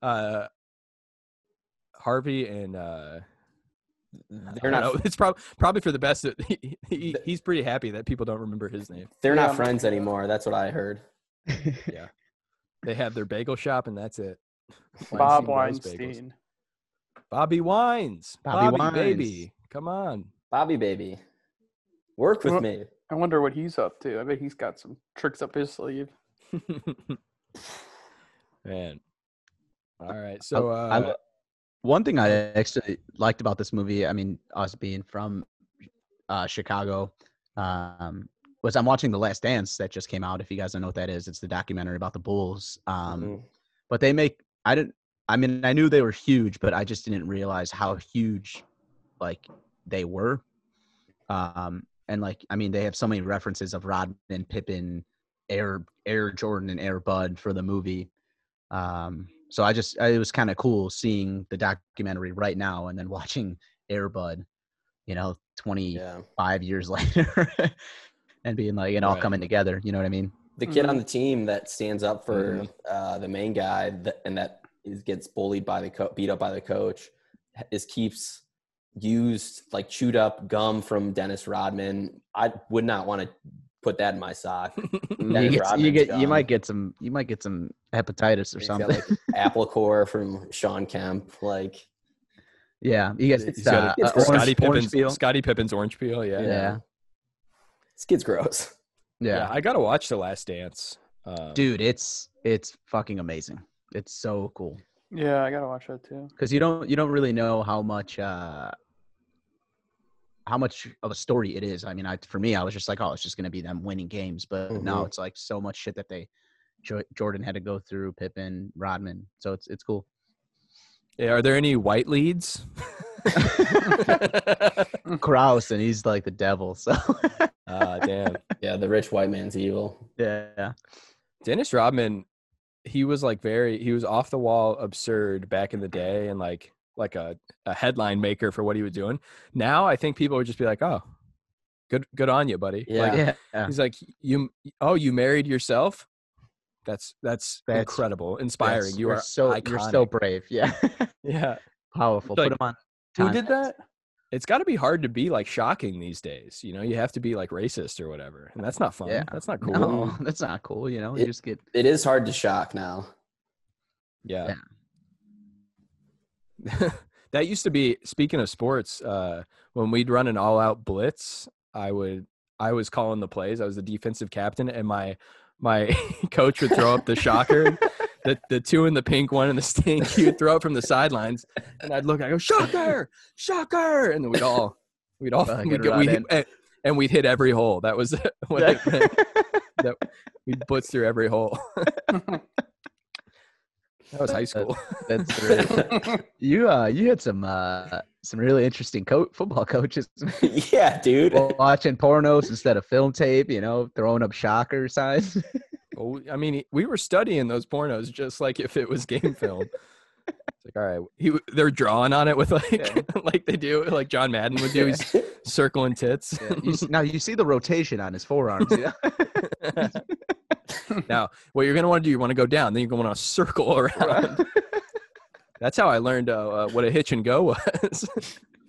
S3: Uh, Harvey and uh,
S4: They're
S3: I don't
S4: not.
S3: know, [LAUGHS] It's probably probably for the best. That he, he, he's pretty happy that people don't remember his name.
S4: They're
S5: Yeah,
S4: not
S5: I'm-
S4: friends anymore. That's what I heard.
S3: They have their bagel shop and that's it.
S5: Bob
S3: Weinstein Bros bagels.
S5: Weinstein.
S3: Bobby Wines. Bobby,
S2: Bobby Wines.
S3: baby. Come on.
S4: Bobby baby, work with
S5: Well-
S4: me.
S5: I wonder what he's up to. I bet he's got some tricks up his sleeve.
S3: [LAUGHS] Man. All right. So uh,
S2: I lo- one thing I actually liked about this movie, I mean, us being from uh, Chicago, um, was I'm watching The Last Dance that just came out. If you guys don't know what that is, it's the documentary about the Bulls. Um,
S4: Mm.
S2: But they make I didn't. I mean, I knew they were huge, but I just didn't realize how huge, like, they were. Um, and like, I mean, they have so many references of Rodman, Pippen, Air Air Jordan, and Air Bud for the movie. Um, so I just I, it was kind of cool seeing the documentary right now and then [LAUGHS] watching Air Bud, you know, twenty
S4: Yeah.
S2: five years [LAUGHS] later, and being like it all
S3: Right.
S2: coming together. You know what I mean?
S4: the kid
S5: Mhm.
S2: Mm-hmm.
S4: on the team that stands up for uh, the main guy that, and that is, gets bullied by the co- beat up by the coach is keeps used like chewed up gum from Dennis Rodman. I would not want to put that in
S2: [LAUGHS]
S4: my sock.
S2: you
S4: Dennis
S2: get, you
S4: Rodman's
S2: get you
S4: gone.
S2: might get some you might get some hepatitis or
S4: He's got,
S2: something. [LAUGHS]
S4: like, apple core from Sean Kemp. Like
S2: yeah, you get
S3: he's
S2: it's,
S3: got
S2: uh,
S3: a-
S2: uh, orange,
S3: Scottie
S2: orange
S3: Pippen's,
S2: peel.
S3: Scottie Pippen's orange peel. Yeah.
S2: yeah.
S4: This
S2: [LAUGHS]
S4: kid's gross.
S3: yeah, I gotta watch The Last Dance. Uh,
S2: dude, it's it's fucking amazing. It's so cool
S5: Yeah, I gotta watch that too.
S2: because you don't you don't really know how much uh how much of a story it is. I mean, I for me, I was just like, oh, it's just gonna be them winning games, but now
S3: Mm-hmm.
S4: Mhm.
S2: it's like so much shit that they jo- Jordan had to go through, Pippen, Rodman. So it's it's cool.
S3: yeah, are there any white [LAUGHS] leads? Ah,
S2: Kraus and he's like the devil. [LAUGHS] So
S3: Uh, damn.
S4: Yeah, the rich white man's evil.
S2: yeah,
S3: Dennis Rodman, he was like very he was off the wall absurd back in the day and like like a, a headline maker for what he was doing. Now I think people would just be like, Oh, good good on you, buddy. Like,
S2: yeah,
S3: he's like, You oh, you married yourself? That's that's,
S2: That's-
S3: incredible, inspiring.
S2: Yes,
S3: you
S2: you're
S3: are
S2: so you're so
S3: iconic. [LAUGHS]
S2: brave. [LAUGHS] Yeah,
S3: yeah.
S2: powerful.
S3: Like,
S2: Put him on.
S5: Who did
S2: time. [LAUGHS]
S5: that?
S3: It's gotta be hard to be like shocking these days. You know, you have to be like racist or whatever. And that's not fun.
S2: Yeah.
S3: That's not cool.
S2: No, Oh, that's not cool. You know, you
S4: It-
S2: just [LAUGHS] get
S4: It is hard to shock now.
S3: Yeah. [LAUGHS] that used to be speaking of sports, uh, when we'd run an all out blitz, I would I was calling the plays. I was the defensive captain and my my [LAUGHS] coach would throw up the shocker, the the two in the pink one and the stink, he would throw it from the sidelines and I'd look, I go, Shocker, shocker and then we'd all we'd all [LAUGHS]
S2: Fucking
S3: we'd go,
S2: run
S3: we'd,
S2: in.
S3: and, and we'd hit every hole. That was [LAUGHS] what it meant. that we'd blitz through every hole. [LAUGHS] that was high school.
S2: that's really, you. Uh, you had some uh some really interesting co- football [LAUGHS] coaches
S4: [LAUGHS] yeah, dude.
S2: watching pornos instead of film tape. You know, throwing up shocker [LAUGHS] signs.
S3: Well, we- Oh, I mean, we were studying those pornos just like if it was game film. It's like, all right, he, w- they're drawing on it with like, [LAUGHS] like they do, like John Madden would do. He's circling tits.
S2: You s- now you see the rotation on his forearms. Yeah,
S3: now, what you're gonna want to do, you want to go down, then you're gonna want to circle
S2: [LAUGHS]
S3: around. That's how I learned uh, uh, what a hitch and go was.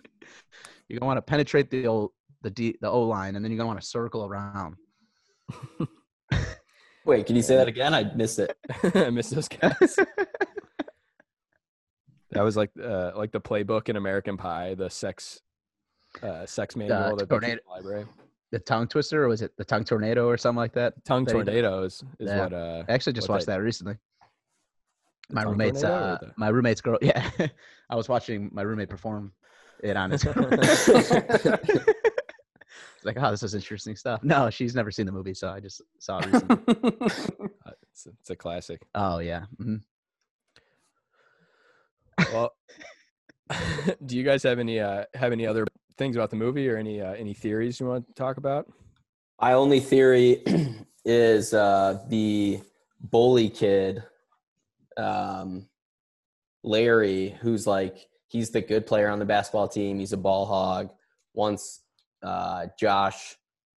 S2: [LAUGHS]
S3: [LAUGHS]
S2: you're gonna want to penetrate the old the D the O line, and then you're gonna want to circle around.
S4: Wait, can you say that again? I missed it.
S3: I miss those
S2: [LAUGHS]
S3: guys. that was like uh, like the playbook in American Pie, the sex uh, sex manual that they keep in
S2: tornado-
S3: the library.
S2: The tongue twister, or was it the tongue tornado, or something like that?
S3: Tongue
S2: They-
S3: tornadoes is
S2: Yeah.
S3: what uh,
S2: I actually just
S3: What
S2: watched
S3: they-
S2: that recently. My
S3: Tongue
S2: roommate's
S3: tornado or
S2: uh,
S3: the-
S2: my roommate's girl. [LAUGHS] Yeah, I was watching my roommate perform it
S3: [LAUGHS]
S2: on his. It's like, oh, this is interesting stuff. No, she's never seen the movie, so I just
S3: [LAUGHS]
S2: saw it recently.
S3: Uh, It's, it's a classic.
S2: oh yeah, hmm
S3: Well, [LAUGHS] do you guys have any uh, have any other things about the movie or any uh, any theories you want to talk about?
S4: My only theory [CLEARS THROAT] is uh, the bully kid, um, Larry, who's like he's the good player on the basketball team. He's a ball hog. Once uh, Josh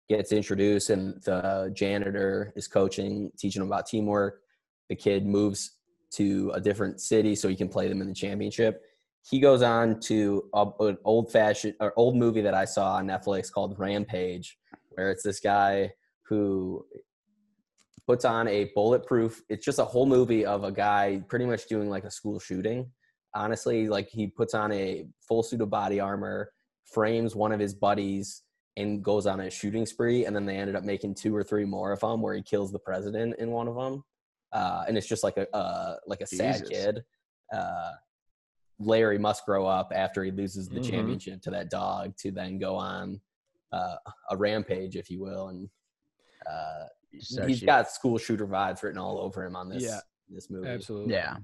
S4: gets introduced and the janitor is coaching, teaching him about teamwork, the kid moves to a different city so he can play them in the championship. He goes on to a, an old fashioned or old movie that I saw on Netflix called Rampage where it's this guy who puts on a bulletproof it's just a whole movie of a guy pretty much doing like a school shooting honestly like he puts on a full suit of body armor frames one of his buddies and goes on a shooting spree and then they ended up making two or three more of them where he kills the president in one of them uh, and it's just like a uh, like a sad
S2: Jesus.
S4: kid uh, larry must grow up after he loses the
S2: Mm-hmm.
S3: Mhm.
S4: championship to that dog to then go on uh, a rampage, if you will, and uh, he's got school shooter vibes written all over him on this
S3: Yeah.
S4: this movie.
S3: Absolutely.
S2: yeah.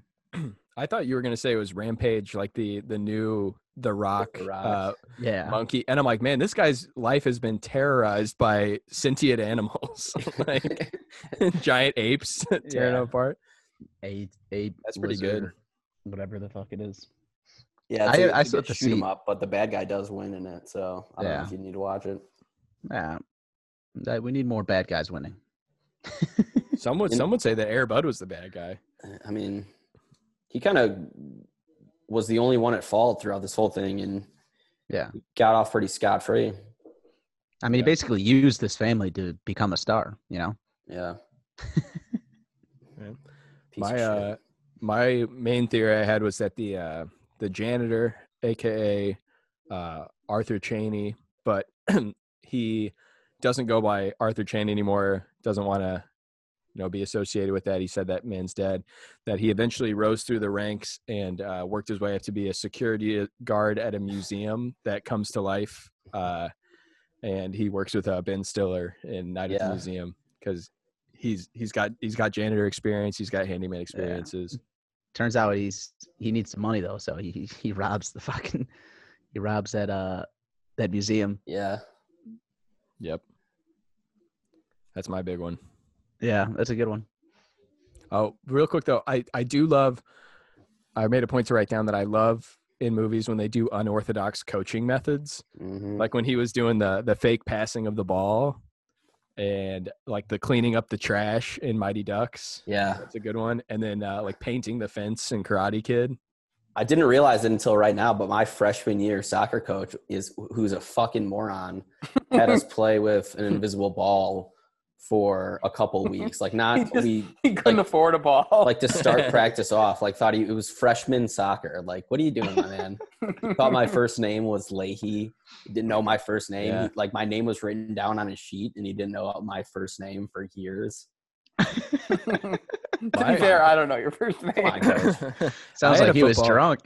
S3: I thought you were gonna say it was Rampage, like the the new The Rock,
S4: Rock.
S2: Yeah.
S3: Uh, monkey, and I'm like, man, this guy's life has been terrorized by sentient animals, [LAUGHS] like giant apes [LAUGHS] tearing
S4: Yeah.
S3: him apart.
S2: A, a
S3: That's pretty good.
S2: lizard, Whatever the fuck it is.
S4: Yeah,
S2: I-
S4: it's a-
S2: I
S4: it's a
S2: saw
S4: good
S2: the
S4: shoot 'em
S2: scene.
S4: up, but the bad guy does win in it, so I don't know
S2: Yeah.
S4: if you need to watch it.
S2: Yeah. That- We need more bad guys winning.
S3: Some would
S4: In-
S3: some would say that Air Bud was the bad guy.
S4: I mean, he kind of was the only one at fault throughout this whole thing, and
S2: Yeah.
S4: got off pretty scot free.
S2: I mean, he
S3: Yeah.
S2: basically used this family to become a star. You know. [LAUGHS]
S4: Yeah.
S3: Yeah.
S4: Piece of
S3: my
S4: shit.
S3: uh my main theory I had was that the uh the janitor, aka uh Arthur Cheney, but [CLEARS THROAT] he doesn't go by Arthur Chan anymore. Doesn't want to, you know, be associated with that. He said that man's dead. That he eventually rose through the ranks and uh, worked his way up to be a security guard at a museum that comes to life. Uh, and he works with uh, Ben Stiller in Night at
S4: Yeah.
S3: the Museum because he's he's got he's got janitor experience. He's got handyman experiences.
S2: Turns out he's he needs some money though, so he he- he robs the fucking he robs that uh that museum.
S4: Yeah.
S3: [LAUGHS] Yep, that's my big one.
S2: Yeah, that's a good one.
S3: Oh, real quick though, I I do love. I made a point to write down that I love in movies when they do unorthodox coaching methods,
S4: Mhm.
S3: like when he was doing the the fake passing of the ball, and like the cleaning up the trash in Mighty Ducks.
S4: Yeah.
S3: That's a good one. And then uh, like painting the fence in Karate Kid.
S4: I didn't realize it until right now, but my freshman year soccer coach is who's a
S3: [LAUGHS]
S4: fucking moron had us play with an invisible ball for a couple weeks.
S3: [LAUGHS]
S4: Like
S5: He
S4: not
S5: just-
S4: we
S5: [LAUGHS] He couldn't
S4: Like-
S5: afford a ball.
S4: like to start practice off. Like thought he, it was freshman soccer. Like what are you doing, my
S3: [LAUGHS]
S4: man?
S5: [LAUGHS]
S4: Thought my first name was Leahy. Didn't know my first name.
S3: Yeah.
S4: Like my name was written down on a sheet, and he didn't know my first name for years.
S5: to be fair, I don't know your
S3: Oh
S5: first name.
S3: [LAUGHS]
S4: on, guys.
S2: Sounds
S3: had
S2: like
S3: a
S2: he was
S3: football-
S2: drunk.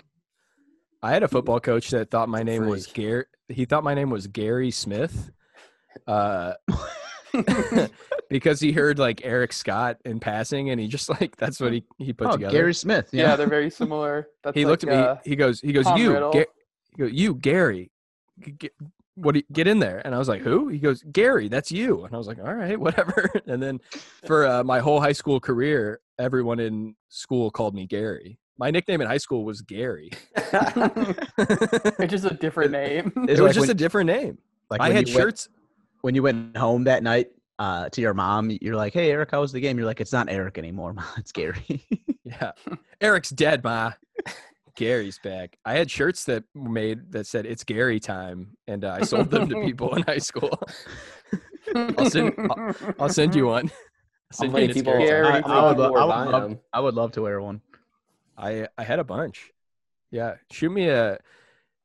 S3: I had a football coach that thought my name was
S4: freak.
S3: Gary. He thought my name was Gary Smith,
S2: [LAUGHS]
S3: uh, [LAUGHS] because he heard like Eric Scott in passing, and he just like that's what he he put
S2: Oh,
S3: together.
S2: Gary Smith.
S5: Yeah, they're very similar. That's
S3: he
S5: like,
S3: looked at me.
S5: uh,
S3: he- he goes. He goes.
S5: Tom
S3: You,
S5: Riddle."
S3: Ga- he goes, you, Gary. G- Get, what? do you- Get in there. And I was like, who? He goes, Gary. That's you. And I was like, all right, [LAUGHS] whatever. And then for uh, my whole high school career, everyone in school called me Gary. My nickname in high school was Gary.
S5: [LAUGHS] it's just a
S3: [LAUGHS]
S5: different name.
S3: It
S2: [LAUGHS] It's
S3: was
S2: like
S3: just
S2: when-
S3: a different name.
S2: Like
S3: I
S2: when
S3: had
S2: you went-
S3: shirts.
S2: when you went home that night uh, to your mom, you're like, "Hey, Eric, how was the game?" You're like, "It's not Eric anymore, [LAUGHS] mom. It's Gary."
S3: Yeah. Eric's dead, ma. Gary's back. I had shirts that were made that said "It's Gary time," and uh, I sold them to people in high
S4: [LAUGHS]
S3: school. I'll
S5: [LAUGHS]
S3: send, I'll, I'll send you one. I'll
S4: How
S3: send you
S4: many
S3: an It's
S4: people?
S3: Gary time.
S5: Gary Time.
S4: how many people
S5: I would
S2: lo-
S4: were
S2: I would
S4: buying
S2: love-
S3: [LAUGHS]
S4: them?
S2: I would love to wear one.
S3: I I had a bunch. Yeah, shoot me a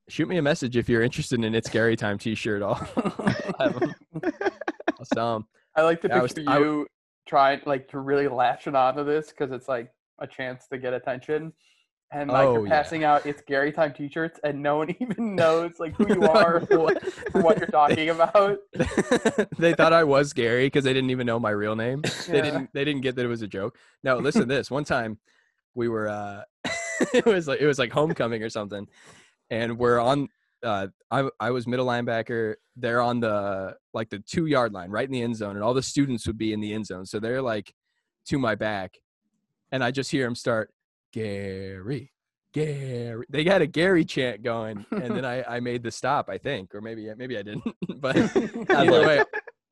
S3: shoot me a message if you're interested in "It's Gary time" T-shirt. I'll, [LAUGHS] I'll have 'em. I'll sell 'em.
S5: I like to
S3: Yeah, I was-
S5: picture
S3: I w-
S5: you trying like to really latching onto this because it's like a chance to get attention. And like
S3: Oh,
S5: you're
S3: yeah.
S5: passing out it's Gary time t-shirts and no one [LAUGHS] even knows like
S3: [LAUGHS]
S5: who you are [LAUGHS] or
S3: What-
S5: what you're talking about.
S3: [LAUGHS] they thought I was Gary because they didn't even know my real name. They
S5: Yeah. [LAUGHS]
S3: didn't. They didn't get that it was a joke. No, listen. to this one time, we were. uh [LAUGHS] It was like it was like homecoming or something, and we're on. uh I I was middle linebacker. They're on the like the two yard line, right in the end zone, and all the students would be in the end zone. So they're like to my back, and I just hear them start Gary. Gary, they got a Gary chant going, and then I, I made the stop, I think, or maybe maybe I didn't, [LAUGHS] but
S5: [LAUGHS]
S4: I
S3: Either
S4: love
S3: way,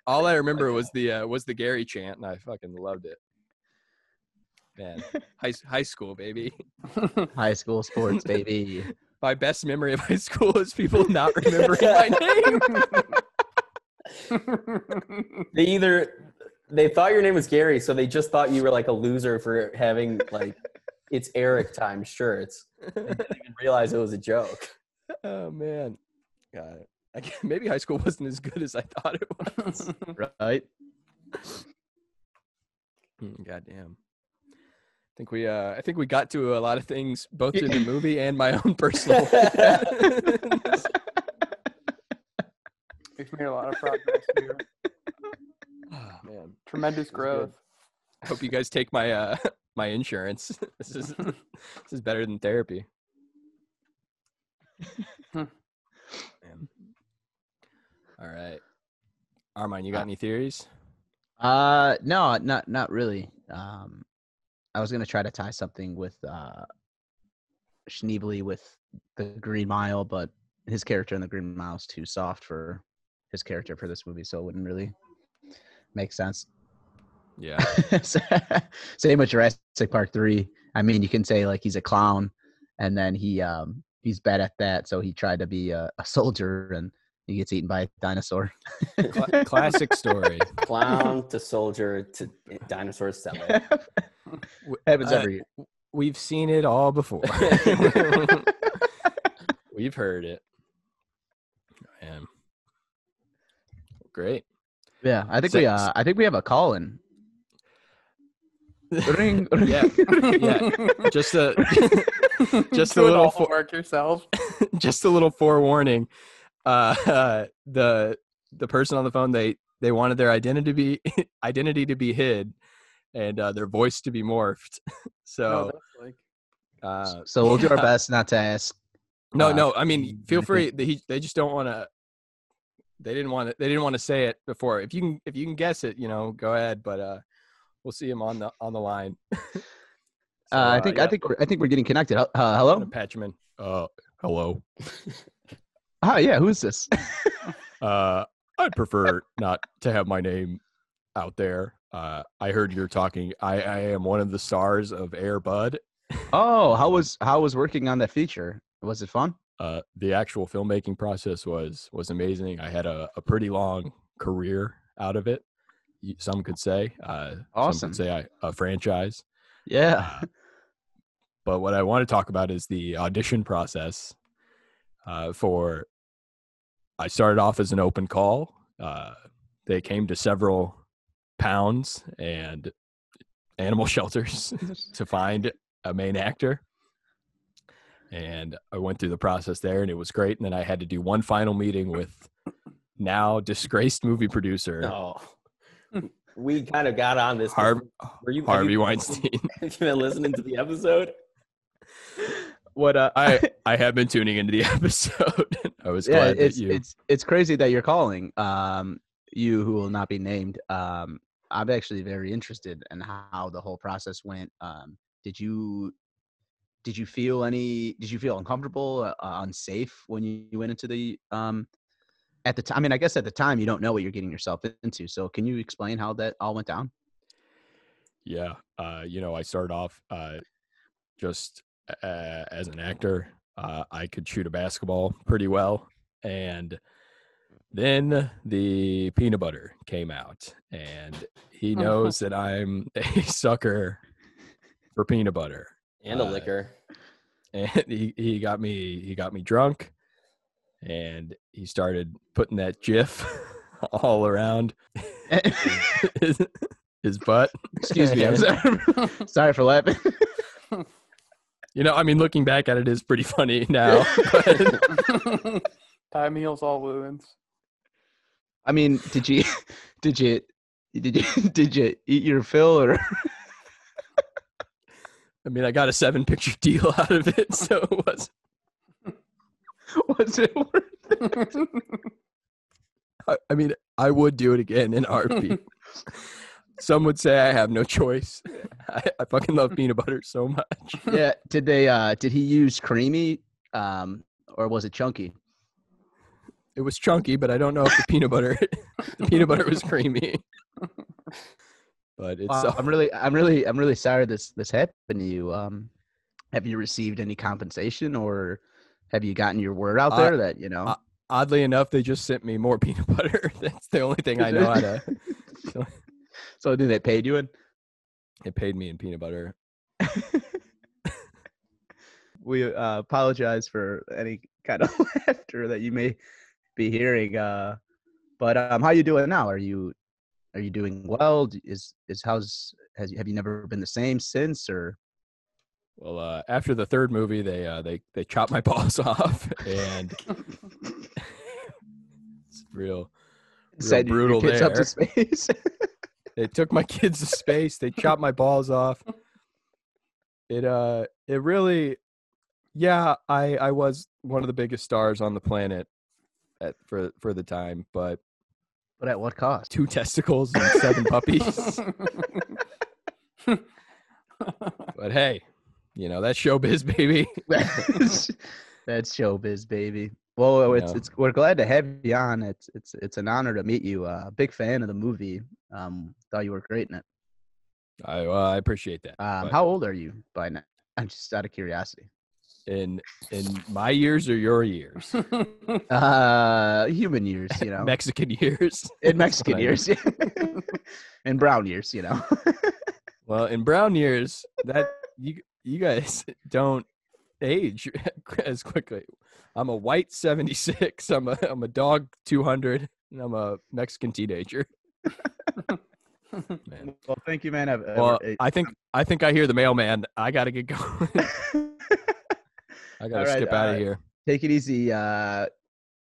S3: all I remember was the uh, was the Gary chant, and I fucking loved it. Man, high high school, baby. [LAUGHS]
S2: High school sports, baby.
S3: My best memory of [LAUGHS] high school is people not [LAUGHS] remembering
S4: [LAUGHS]
S3: my name.
S4: they either they thought your name was Gary, so they just thought you were like a loser for having like it's Eric time shirts. They didn't even realize it was a joke.
S3: Oh man, God, I guess- [LAUGHS] maybe high school wasn't as good as I thought it was.
S2: right?
S3: Mm, Goddamn. I think we uh, I think we got to a lot of things both in the movie and my own personal. [LAUGHS]
S5: We've made a lot of progress here.
S3: oh, man.
S5: Tremendous
S3: good.
S5: growth.
S3: I hope you guys take my uh [LAUGHS] my insurance. [LAUGHS] This
S5: [LAUGHS]
S3: is this is better than therapy.
S5: Hmm.
S3: Man. All right. Armand, you got any theories?
S2: Uh, no, not not really. Um, I was gonna try to tie something with uh, Schneebly with the Green Mile, but his character in the Green Mile is too soft for his character for this movie, so it wouldn't really make sense. [LAUGHS]
S3: [LAUGHS] Yeah.
S2: Same with Jurassic Park three. I mean, you can say like he's a clown, and then he um he's bad at that, so he tried to be a, a soldier and he gets eaten by a dinosaur.
S3: classic story.
S4: Clown to soldier to dinosaur
S2: Uh,
S4: settler.
S2: [LAUGHS] Happens
S3: Uh,
S2: every year.
S3: We've seen it all [LAUGHS] before. We've heard it. Man. Great.
S2: Yeah, I think
S3: So-
S2: we uh, I think we have a
S3: [LAUGHS]
S2: call in. Ring, ring.
S3: Yeah, yeah. Just [LAUGHS] a Just a
S5: Doing
S3: little
S5: all the
S3: for-
S5: work yourself. [LAUGHS]
S3: just a little forewarning. Uh, [LAUGHS] the the person on the phone they they wanted their identity to be [LAUGHS] identity to be hid, and uh, their voice to be morphed. [LAUGHS]
S5: No,
S3: So
S5: that's like,
S3: uh,
S2: [LAUGHS] so we'll do our
S3: yeah.
S2: best not to ask.
S3: No,
S2: Uh,
S3: no. I mean,
S2: mm,
S3: feel
S2: I
S3: free. They, he- they just don't want to. They didn't want to. They didn't want to say it before. If you can, if you can guess it, you know, go ahead. But uh, we'll see him on the on the line. So,
S2: Uh, I think
S3: yeah,
S2: I think we're, I think we're getting connected. Uh, Uh,
S3: I'm
S2: hello.
S3: gonna patch him in. Oh. Uh, hello.
S2: Hi. Yeah. Who's this?
S3: [LAUGHS] Uh, I'd prefer not to have my name out there. Uh, I heard you're talking. I I am one of the stars of Air Bud.
S2: Oh, how was how was working on that feature? Was it fun?
S3: Uh, the actual filmmaking process was was amazing. I had a, a pretty long career out of it. y- Some could say, uh,
S2: Awesome.
S3: Some could say I, a franchise.
S2: Yeah.
S3: Uh, But what I want to talk about is the audition process. Uh, for I started off as an open call. Uh, they came to several pounds and animal [LAUGHS]
S4: [LAUGHS]
S3: shelters to find a main actor. And I went through the process there and it was great. And then I had to do one final meeting with now disgraced movie producer
S4: No. we kind of got on this.
S3: Harv-
S4: [LAUGHS] Were you- have
S3: Harvey
S4: you- [LAUGHS]
S3: Weinstein.
S4: Have you been listening to the episode?
S3: what uh,
S2: [LAUGHS]
S3: I I have been tuning into the [LAUGHS] episode. I was
S2: yeah.
S3: glad that
S2: It's
S3: you
S2: it's it's crazy that you're calling. Um, you who will not be named. Um, I'm actually very interested in how the whole process went. Um, did you did you feel any? Did you feel uncomfortable, uh, unsafe when you, you went into the um? At the time, I mean, I guess at the time you don't know what you're getting yourself into. So, can you explain how that all went down? [LAUGHS]
S3: Yeah. Uh, you know, I started off uh, just uh, as an actor. Uh, I could shoot a basketball pretty well. And then the peanut butter came out, and
S2: [LAUGHS]
S3: he knows that I'm [LAUGHS] a sucker for peanut butter.
S4: And a
S3: Uh,
S4: liquor.
S3: And he, he got me he got me drunk and he started putting that gif [LAUGHS] all around his, his butt.
S2: Excuse me. I'm
S3: [LAUGHS]
S2: sorry, [LAUGHS] sorry for laughing.
S3: You know, I mean, looking back at it is pretty funny now. but-
S5: [LAUGHS] time heals all wounds.
S3: [LAUGHS]
S2: I mean, did you, [LAUGHS] did you, did you, [LAUGHS] did you eat your fill or? [LAUGHS]
S3: I mean, I got a seven picture deal [LAUGHS] out of it, so it was
S2: Was it worth
S3: I, I mean, I would do it again in a heartbeat. Some would say I have no choice. I, I fucking love peanut butter so much.
S2: [LAUGHS] Yeah. Did they? uh Did he use creamy, um, or was it chunky?
S3: It was chunky, but I don't know if the peanut butter the peanut butter was creamy. But it's
S2: Wow, Uh, I'm really, I'm really, I'm really sorry this this happened to you. Um, have you received any compensation or have you gotten your word out
S3: I-
S2: there that you know?
S3: oddly enough, they just sent me more peanut [LAUGHS] butter. That's the only thing I know how
S2: [LAUGHS]
S3: to.
S2: so did they paid you in?
S3: It paid me in peanut butter.
S2: we uh, apologize for any kind of [LAUGHS] laughter that you may be hearing. Uh, but um, how you doing now? Are you are you doing well? D- Is is how's has have you never been the same since? Or
S3: Well, uh, after the third movie, they uh, they they chopped my [LAUGHS] balls off, and it's real.
S2: send your
S3: brutal
S2: kids up
S3: there.
S2: to [LAUGHS] space?
S3: They took my kids to space. They chopped my balls off. It uh, it really, yeah. I I was one of the biggest stars on the planet at for for the time, but
S2: but at what [LAUGHS] cost?
S3: two testicles and seven
S5: [LAUGHS]
S3: puppies. But hey, you know that's showbiz, baby.
S2: That's that's showbiz, baby. Well, it's
S3: Yeah.
S2: it's we're glad to have you on. It's it's it's an honor to meet you. Uh, big fan of the movie. Um, thought you were great in it.
S3: I well, I appreciate that.
S2: Um,
S3: but
S2: how old are you by now? [LAUGHS] I'm just out of curiosity.
S3: in in my years or your years?
S2: uh human years you know
S3: Mexican [LAUGHS] years.
S2: in mexican
S3: Right.
S2: years [LAUGHS] in brown years you know [LAUGHS]
S3: Well, in brown years, that you you guys [LAUGHS] don't age [LAUGHS] as quickly. I'm a white 76. I'm a I'm a dog 200, and I'm a Mexican teenager. man.
S2: Well, thank you, man. I've, I've-
S3: Well,
S2: it-
S3: I think I think I hear the mailman. I gotta get going. I gotta
S2: All right,
S3: skip
S2: all
S3: out of
S2: right.
S3: here.
S2: take it easy, uh,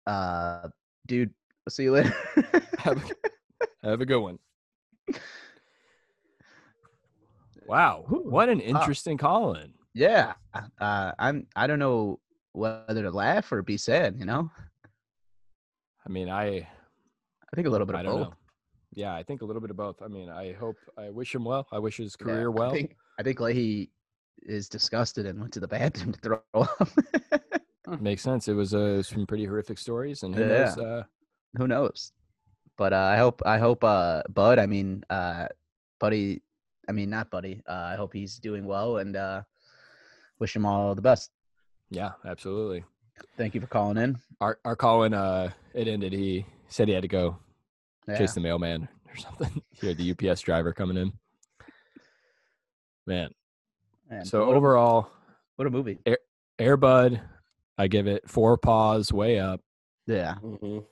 S2: uh, dude. I'll see you later. [LAUGHS]
S3: Have a, have a good one. Wow,
S2: Whew.
S3: what an interesting call in.
S2: yeah, uh, I'm. I don't know whether to laugh or be sad. You know,
S3: I mean, I
S2: I think a little bit of
S3: I don't
S2: both.
S3: know. Yeah, I think a little bit of both. I mean, I hope I wish him well. I wish his
S2: Yeah,
S3: career well.
S2: I think, I think Leahy is disgusted and went to the [LAUGHS] bathroom to throw up.
S3: Makes sense. It was uh, some pretty horrific stories, and who
S2: Yeah.
S3: knows, uh,
S2: Who knows? But uh, I hope. I hope. Uh, Bud. I mean, uh, Buddy. I mean, not Buddy. Uh, I hope he's doing well and uh, wish him all the best.
S3: yeah, absolutely.
S2: Thank you for calling in.
S3: Our our call in uh, it ended. He said he had to go
S2: Yeah.
S3: chase the mailman or [LAUGHS] something. Here, the UPS driver coming in. Man,
S2: Man,
S3: so
S2: what a-
S3: overall,
S2: what a movie.
S3: Airbud, I give it four paws way up.
S2: Yeah.
S4: Mhm.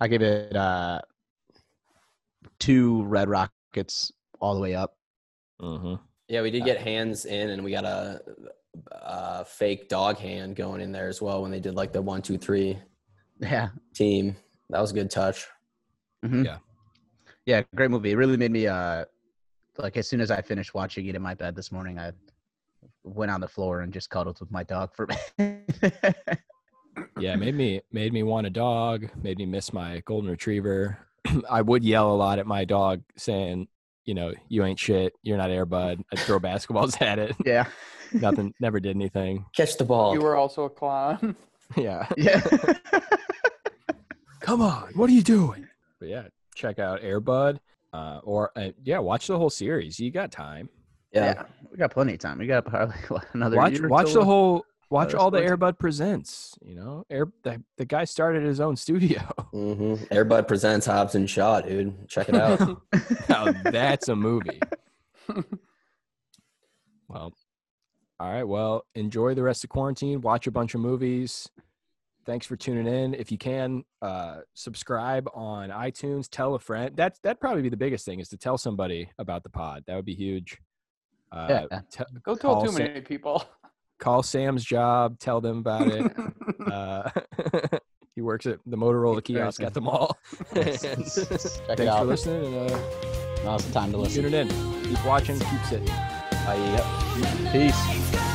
S2: I give it uh two red rockets all the way up.
S3: Mm-hmm.
S4: Yeah, we did get hands in, and we got a, a fake dog hand going in there as well when they did like the one, two, three
S2: Yeah.
S4: team. That was a good touch.
S2: Yeah, great movie. It really made me uh like as soon as I finished watching it in my bed this morning, I went on the floor and just cuddled with my dog for [LAUGHS]
S3: Yeah, it made me made me want a dog. Made me miss my golden retriever. [CLEARS THROAT] I would yell a lot at my dog, saying, "You know, you ain't shit. You're not Airbud." I'd throw [LAUGHS] basketballs at it.
S2: Yeah.
S3: Nothing. Never did anything. [LAUGHS]
S4: Catch the ball.
S5: You were also a clown. [LAUGHS]
S3: Yeah.
S2: Yeah.
S3: Come on. What are you doing? But yeah, check out Airbud. Uh, or uh, yeah, watch the whole series. You got time.
S4: yeah.
S2: We got plenty of time. We got probably what, another
S3: watch
S2: year or
S3: watch
S2: so
S3: the
S2: left.
S3: whole watch
S2: that's
S3: all the
S2: plenty.
S3: Airbud presents. You know, Air the, the guy started his own studio.
S4: hmm Airbud presents Hobbs and Shaw, dude. Check it out. [LAUGHS]
S3: now Oh, that's a movie. Well, all right. Well, enjoy the rest of quarantine. Watch a bunch of movies. Thanks for tuning in. If you can, uh, subscribe on iTunes. Tell a friend. That's that'd probably be the biggest thing is to tell somebody about the pod. That would be huge. Uh, [LAUGHS]
S2: Yeah.
S3: te-
S5: Go tell
S3: Call
S5: too
S3: Sa-
S5: many people.
S3: call Sam's job. Tell them about
S2: [LAUGHS]
S3: it. uh, [LAUGHS] he works at the Motorola kiosk at the mall.
S2: Yes.
S3: Thanks
S2: Check it
S3: for
S2: out.
S3: listening and uh,
S2: Awesome time to
S3: keep
S2: listen.
S4: E
S3: tuning in. Keep watching. Keep sitting.
S4: Bye.
S2: Peace.
S6: Let's go.